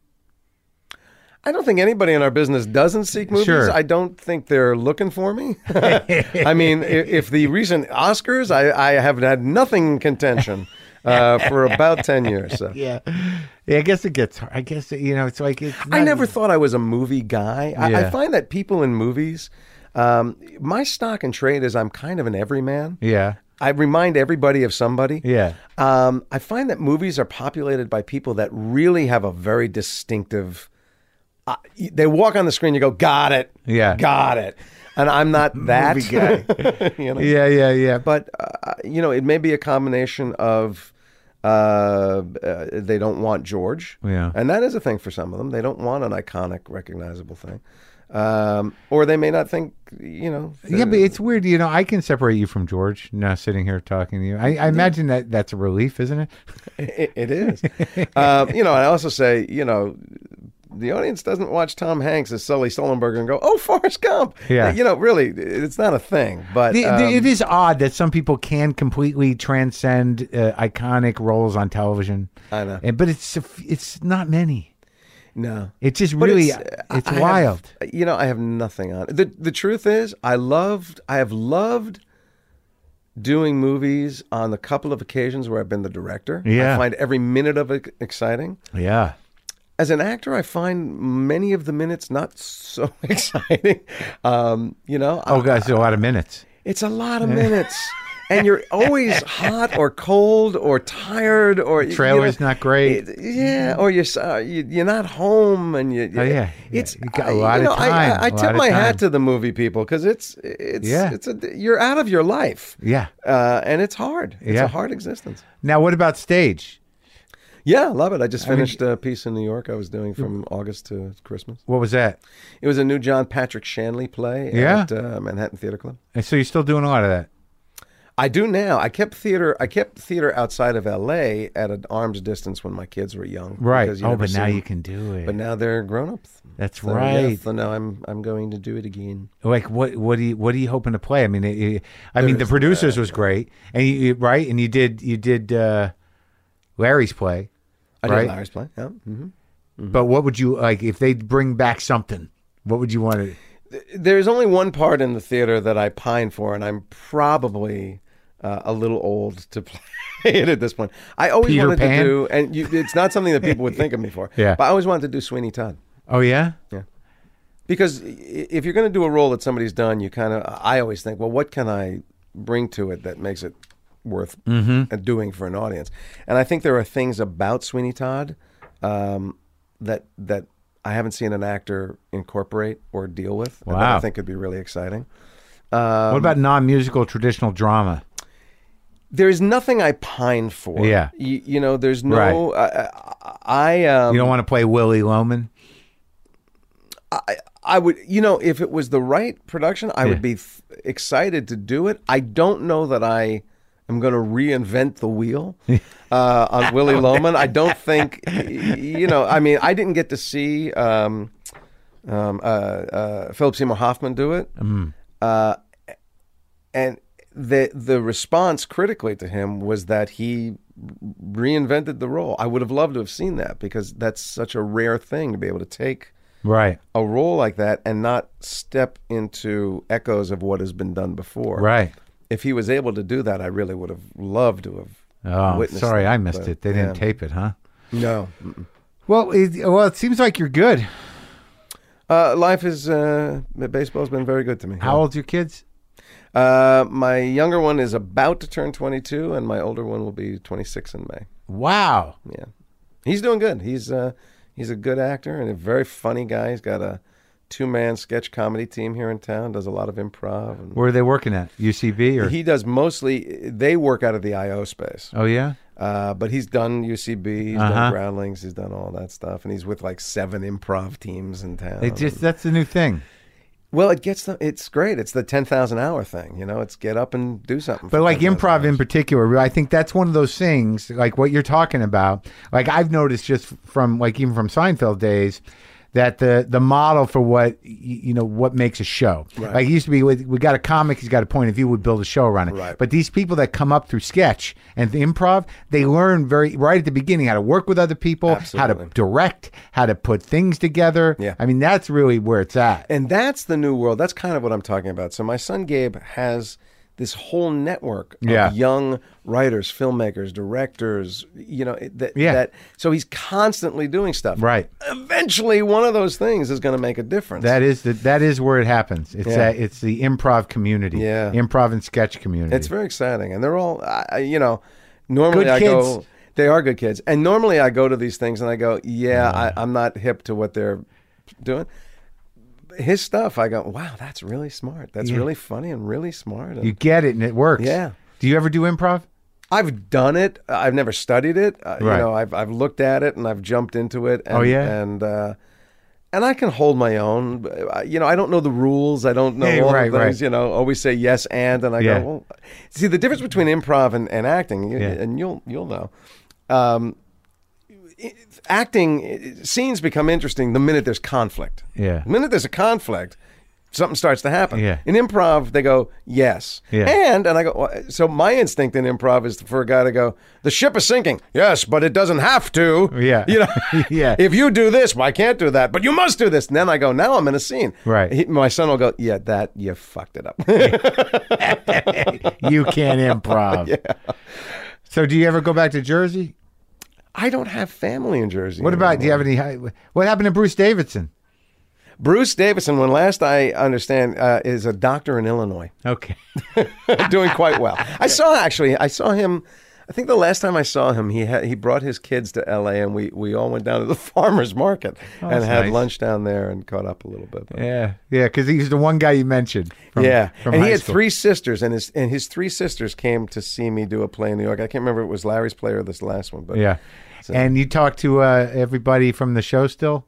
S4: I don't think anybody in our business doesn't seek movies.
S3: Sure.
S4: I don't think they're looking for me. I mean, if, if the recent Oscars, I, I have had nothing in contention uh, for about 10 years. So.
S3: Yeah. Yeah, I guess it gets hard. I guess you know it's like it's
S4: I
S3: not-
S4: never thought I was a movie guy. I,
S3: Yeah.
S4: I find that people in movies, um, my stock and trade is I'm kind of an everyman.
S3: Yeah.
S4: I remind everybody of somebody.
S3: Yeah.
S4: Um, I find that movies are populated by people that really have a very distinctive. Uh, they walk on the screen, you go, got it.
S3: Yeah.
S4: Got it. And I'm not that. guy. you know?
S3: Yeah, yeah, yeah. But
S4: But, uh, you know, it may be a combination of. Uh, uh, they don't want George,
S3: Yeah.
S4: and that is a thing for some of them. They don't want an iconic, recognizable thing, um, or they may not think, you know.
S3: yeah, but it's weird, you know. I can separate you from George now sitting here talking to you. I, I imagine that that's a relief, isn't it?
S4: It, it is. um, you know, I also say, you know, the audience doesn't watch Tom Hanks as Sully Sullenberger and go, "Oh, Forrest Gump."
S3: Yeah.
S4: You know, really, it's not a thing. But
S3: The- the-
S4: um,
S3: it is odd that some people can completely transcend uh, iconic roles on television.
S4: I know.
S3: And, but it's it's not many.
S4: no,
S3: It's uh, just
S4: But
S3: really
S4: I-
S3: it's
S4: I have-
S3: wild.
S4: you know, I have nothing on the. The truth is, I loved. I have loved doing movies on the couple of occasions where I've been the director.
S3: Yeah.
S4: I find every minute of it exciting.
S3: yeah.
S4: as an actor, I find many of the minutes not so exciting. Um, you know, I-
S3: Oh gosh, it's a lot of minutes.
S4: it's a lot of minutes, and you're always hot or cold or tired or you know,
S3: Trailer's not great.
S4: it- yeah, or you're so- you, you're not home, and you.
S3: Oh, yeah, yeah.
S4: it's
S3: You got a
S4: I-
S3: lot of
S4: know, I-
S3: time,
S4: I, I
S3: a lot
S4: tip
S3: of
S4: my
S3: time.
S4: hat to the movie people because it's it's
S3: Yeah.
S4: it's a you're out of your life.
S3: Yeah.
S4: Uh, and it's hard. It's
S3: Yeah.
S4: a hard existence.
S3: Now what about stage?
S4: Yeah, I love it. I just finished a piece in New York I was doing from August to Christmas.
S3: What was that?
S4: It was a new John Patrick Shanley play
S3: Yeah.
S4: at uh, Manhattan Theater Club.
S3: And so you're still doing a lot of that.
S4: I do now. I kept theater. I kept theater outside of L.A. at an arm's distance when my kids were young. because you
S3: Oh,
S4: never
S3: but
S4: see
S3: now
S4: them.
S3: you can do it.
S4: But now they're grown ups.
S3: That's
S4: So, yeah,
S3: right.
S4: so now I'm I'm going to do it again.
S3: Like what? What do you? What are you hoping to play? I mean, it, it- I mean, the
S4: There's
S3: producers was great, and you, you right, and you did you did uh, Larry's play,
S4: I
S3: Right.
S4: did Larry's play. Yeah. hmm
S3: but what would you like if they bring back something? What would you want to?
S4: There's only one part in the theater that I pine for, and I'm probably uh, a little old to play. It at this point, I always
S3: Peter
S4: wanted
S3: Pan?
S4: to do, and you, it's not something that people would think of me for.
S3: Yeah.
S4: but I always wanted to do Sweeney Todd.
S3: Oh yeah,
S4: because i- if you're going to do a role that somebody's done, you kind of I always think, well, what can I bring to it that makes it worth
S3: Mm-hmm.
S4: doing for an audience? And I think there are things about Sweeney Todd um, that that I haven't seen an actor incorporate or deal with that
S3: Wow.
S4: I think could be really exciting. Um,
S3: what about non-musical traditional drama?
S4: There is nothing I pine for.
S3: Yeah.
S4: you, you know, there's no. I, I, I um,
S3: You don't want to play Willie Loman.
S4: I would, you know, if it was the right production, I
S3: Yeah.
S4: would be th- excited to do it. I don't know that I am going to reinvent the wheel uh, on Willy Loman. I don't think, y- you know, I mean, I didn't get to see um, um, uh, uh, Philip Seymour Hoffman do it, uh, and the the response critically to him was that he reinvented the role. I would have loved to have seen that because that's such a rare thing to be able to take
S3: Right,
S4: a role like that and not step into echoes of what has been done before.
S3: right.
S4: if he was able to do that, I really would have loved to have.
S3: Oh,
S4: witnessed
S3: sorry,
S4: that,
S3: I missed
S4: but,
S3: it. They didn't
S4: yeah.
S3: tape it, huh?
S4: No,
S3: Well, it, well, it seems like you're good.
S4: uh, life is uh, baseball's been very good to me.
S3: How old's your kids?
S4: Uh, my younger one is about to turn 22, and my older one will be 26 in May.
S3: Wow.
S4: Yeah, he's doing good. He's uh, he's a good actor and a very funny guy. He's got a two-man sketch comedy team here in town. Does a lot of improv. And
S3: Where are they working at? UCB or?
S4: he does mostly. They work out of the IO space,
S3: oh yeah.
S4: uh, but he's done UCB, he's
S3: Uh-huh.
S4: done Groundlings, he's done all that stuff, and he's with like seven improv teams in town.
S3: They just that's the new thing.
S4: well, it gets them. It's great. It's the ten thousand hour thing. You know, it's get up and do something.
S3: But
S4: for
S3: like
S4: 10,000
S3: improv in particular, I think that's one of those things, like what you're talking about. Like I've noticed just from like even from Seinfeld days that the the model for what y- you know what makes a show
S4: Right.
S3: like it used to be with, we got a comic he's got a point of view we build a show around it
S4: Right.
S3: but these people that come up through sketch and the improv they learn very right at the beginning how to work with other people how
S4: Absolutely.
S3: to direct how to put things together
S4: Yeah.
S3: i mean that's really where it's at
S4: And that's the new world. That's kind of what I'm talking about. So my son Gabe has this whole network of
S3: Yeah.
S4: young writers, filmmakers, directors, you know, that,
S3: Yeah.
S4: that so he's constantly doing stuff.
S3: Right.
S4: Eventually one of those things is going to make a difference.
S3: That is the that is where it happens. It's
S4: Yeah.
S3: that it's the improv community,
S4: Yeah.
S3: improv and sketch community.
S4: It's very exciting, and they're all, I, I- you know, normally
S3: Good
S4: I go.
S3: kids.
S4: They are good kids, and normally I go to these things and I go, yeah, I, I'm not hip to what they're doing. His stuff, I go, wow, that's really smart. That's
S3: Yeah.
S4: really funny and really smart. And
S3: you get it and it works.
S4: Yeah.
S3: Do you ever do improv?
S4: I've done it. I've never studied it. Uh, You
S3: Right.
S4: know, I've I've looked at it and I've jumped into it. And,
S3: Oh, yeah?
S4: and uh, and I can hold my own. But, uh, You know, I don't know the rules. I don't know
S3: Hey,
S4: all
S3: right,
S4: the things.
S3: right.
S4: You know, always say yes and, and I
S3: Yeah.
S4: go. Well, see the difference between improv and, and acting, you,
S3: Yeah.
S4: and you'll you'll know. Um, i- acting i- scenes become interesting the minute there's conflict.
S3: Yeah.
S4: The minute there's a conflict, something starts to happen.
S3: Yeah.
S4: In improv, they go yes,
S3: Yeah.
S4: and and I go. "Well," So my instinct in improv is for a guy to go, the ship is sinking. Yes, but it doesn't have to.
S3: Yeah.
S4: You know.
S3: Yeah.
S4: If you do this, well, I can't do that, but you must do this. And then I go, now I'm in a scene.
S3: Right.
S4: He- my son will go, yeah, that you fucked it up.
S3: You can improv. So do you ever go back to Jersey?
S4: I don't have family in Jersey.
S3: What about do you
S4: anymore.
S3: have any? hi- What happened to Bruce Davidson?
S4: Bruce Davison? When last I understand, uh, is a doctor in Illinois.
S3: Okay.
S4: doing quite well. I saw actually, I saw him. I think the last time I saw him, he had, he brought his kids to L.A. and we, we all went down to the farmers market and
S3: Oh, that's
S4: had
S3: nice.
S4: lunch down there and caught up a little bit. But-
S3: Yeah. Yeah. Because he's the one guy you mentioned. From,
S4: yeah,
S3: From
S4: and
S3: high
S4: he had
S3: school.
S4: three sisters, and his and his three sisters came to see me do a play in New York. I can't remember if it was Larry's play or this last one, but
S3: Yeah. And you talk to uh, everybody from the show still?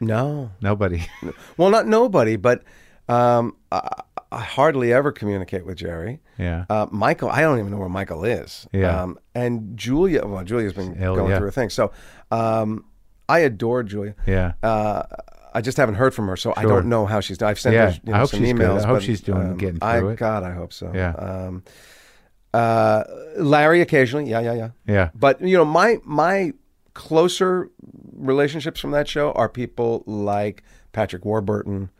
S4: no,
S3: Nobody.
S4: well, not nobody, but um, I, I hardly ever communicate with Jerry.
S3: Yeah.
S4: Uh, Michael, I don't even know where Michael is.
S3: Yeah.
S4: Um, and Julia, well, Julia's been
S3: Hell,
S4: going
S3: yeah.
S4: through a thing. So um, I adore Julia.
S3: Yeah.
S4: Uh, I just haven't heard from her, so I
S3: Sure.
S4: don't know how she's doing. I've sent
S3: Yeah.
S4: her
S3: I
S4: you know,
S3: hope
S4: some
S3: she's good.
S4: emails.
S3: I hope
S4: but,
S3: she's doing-
S4: um,
S3: getting
S4: I,
S3: through it.
S4: God, I hope so.
S3: Yeah.
S4: Um, uh, Larry occasionally. Yeah, yeah, yeah.
S3: Yeah.
S4: But you know, my my closer relationships from that show are people like Patrick Warburton,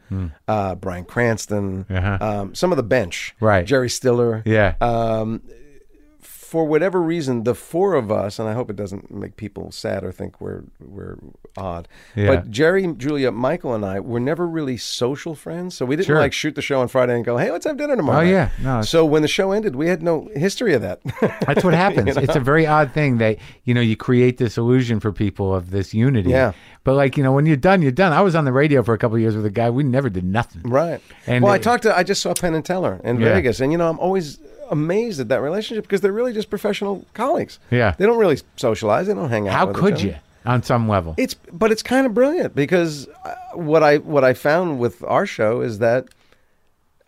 S4: uh, Brian Cranston,
S3: Hmm. Uh-huh.
S4: um, some of the bench,
S3: Right.
S4: Jerry Stiller.
S3: yeah.
S4: For whatever reason, the four of us, and I hope it doesn't make people sad or think we're we're odd.
S3: Yeah.
S4: But Jerry, Julia, Michael, and I were never really social friends, so we didn't
S3: Sure.
S4: like shoot the show on Friday and go, "Hey, let's have dinner tomorrow."
S3: Oh,
S4: night."
S3: yeah. No, it's-
S4: so when the show ended, we had no history of that.
S3: That's what happens. It's a very odd thing that you know you create this illusion for people of this unity.
S4: Yeah.
S3: But like you know, when you're done, you're done. I was on the radio for a couple of years with a guy. We never did nothing.
S4: Right.
S3: And
S4: well, I
S3: it-
S4: talked to. I just saw Penn and Teller in
S3: Yeah.
S4: Vegas, and you know, I'm always amazed at that relationship because they're really just professional colleagues.
S3: Yeah.
S4: They don't really socialize. They don't hang out.
S3: How
S4: with each
S3: could
S4: other.
S3: you? On some level.
S4: It's but it's kind of brilliant because uh, what I what I found with our show is that.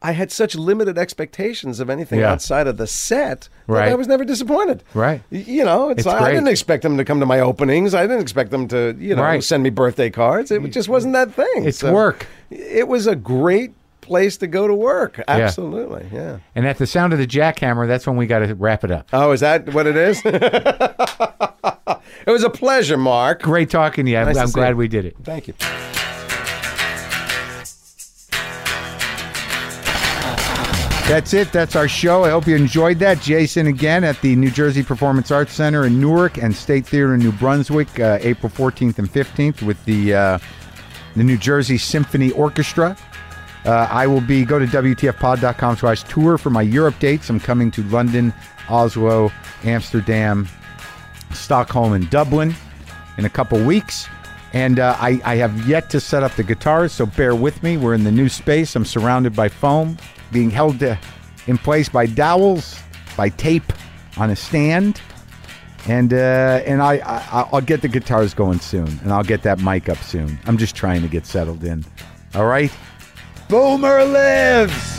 S4: I had such limited expectations of anything
S3: Yeah.
S4: outside of the set that
S3: Right.
S4: I was never disappointed.
S3: Right.
S4: Y- You know, it's,
S3: It's
S4: I, I
S3: great.
S4: didn't expect them to come to my openings. I didn't expect them to, you know,
S3: Right.
S4: send me birthday cards. It just wasn't that thing.
S3: It's work.
S4: It was a great place to go to work. Absolutely. Yeah.
S3: and at the sound of the jackhammer, that's when we got to wrap it up.
S4: Oh, is that what it is? it was a pleasure, Mark.
S3: Great talking to you. I'm,
S4: Nice to
S3: I'm
S4: see
S3: glad
S4: you.
S3: we did it.
S4: Thank you.
S3: That's it. That's our show. I hope you enjoyed that. Jason again at the New Jersey Performance Arts Center in Newark and State Theater in New Brunswick, uh, April 14th and 15th with the uh, the New Jersey Symphony Orchestra. Uh, I will be go to wtfpod.com slash tour for my Europe dates. I'm coming to London, Oslo, Amsterdam, Stockholm, and Dublin in a couple weeks. And uh, I, I have yet to set up the guitars, so bear with me. We're in the new space. I'm surrounded by foam, being held to, in place by dowels, by tape on a stand. And uh, and I, I I'll get the guitars going soon, and I'll get that mic up soon. I'm just trying to get settled in. All right, Boomer lives.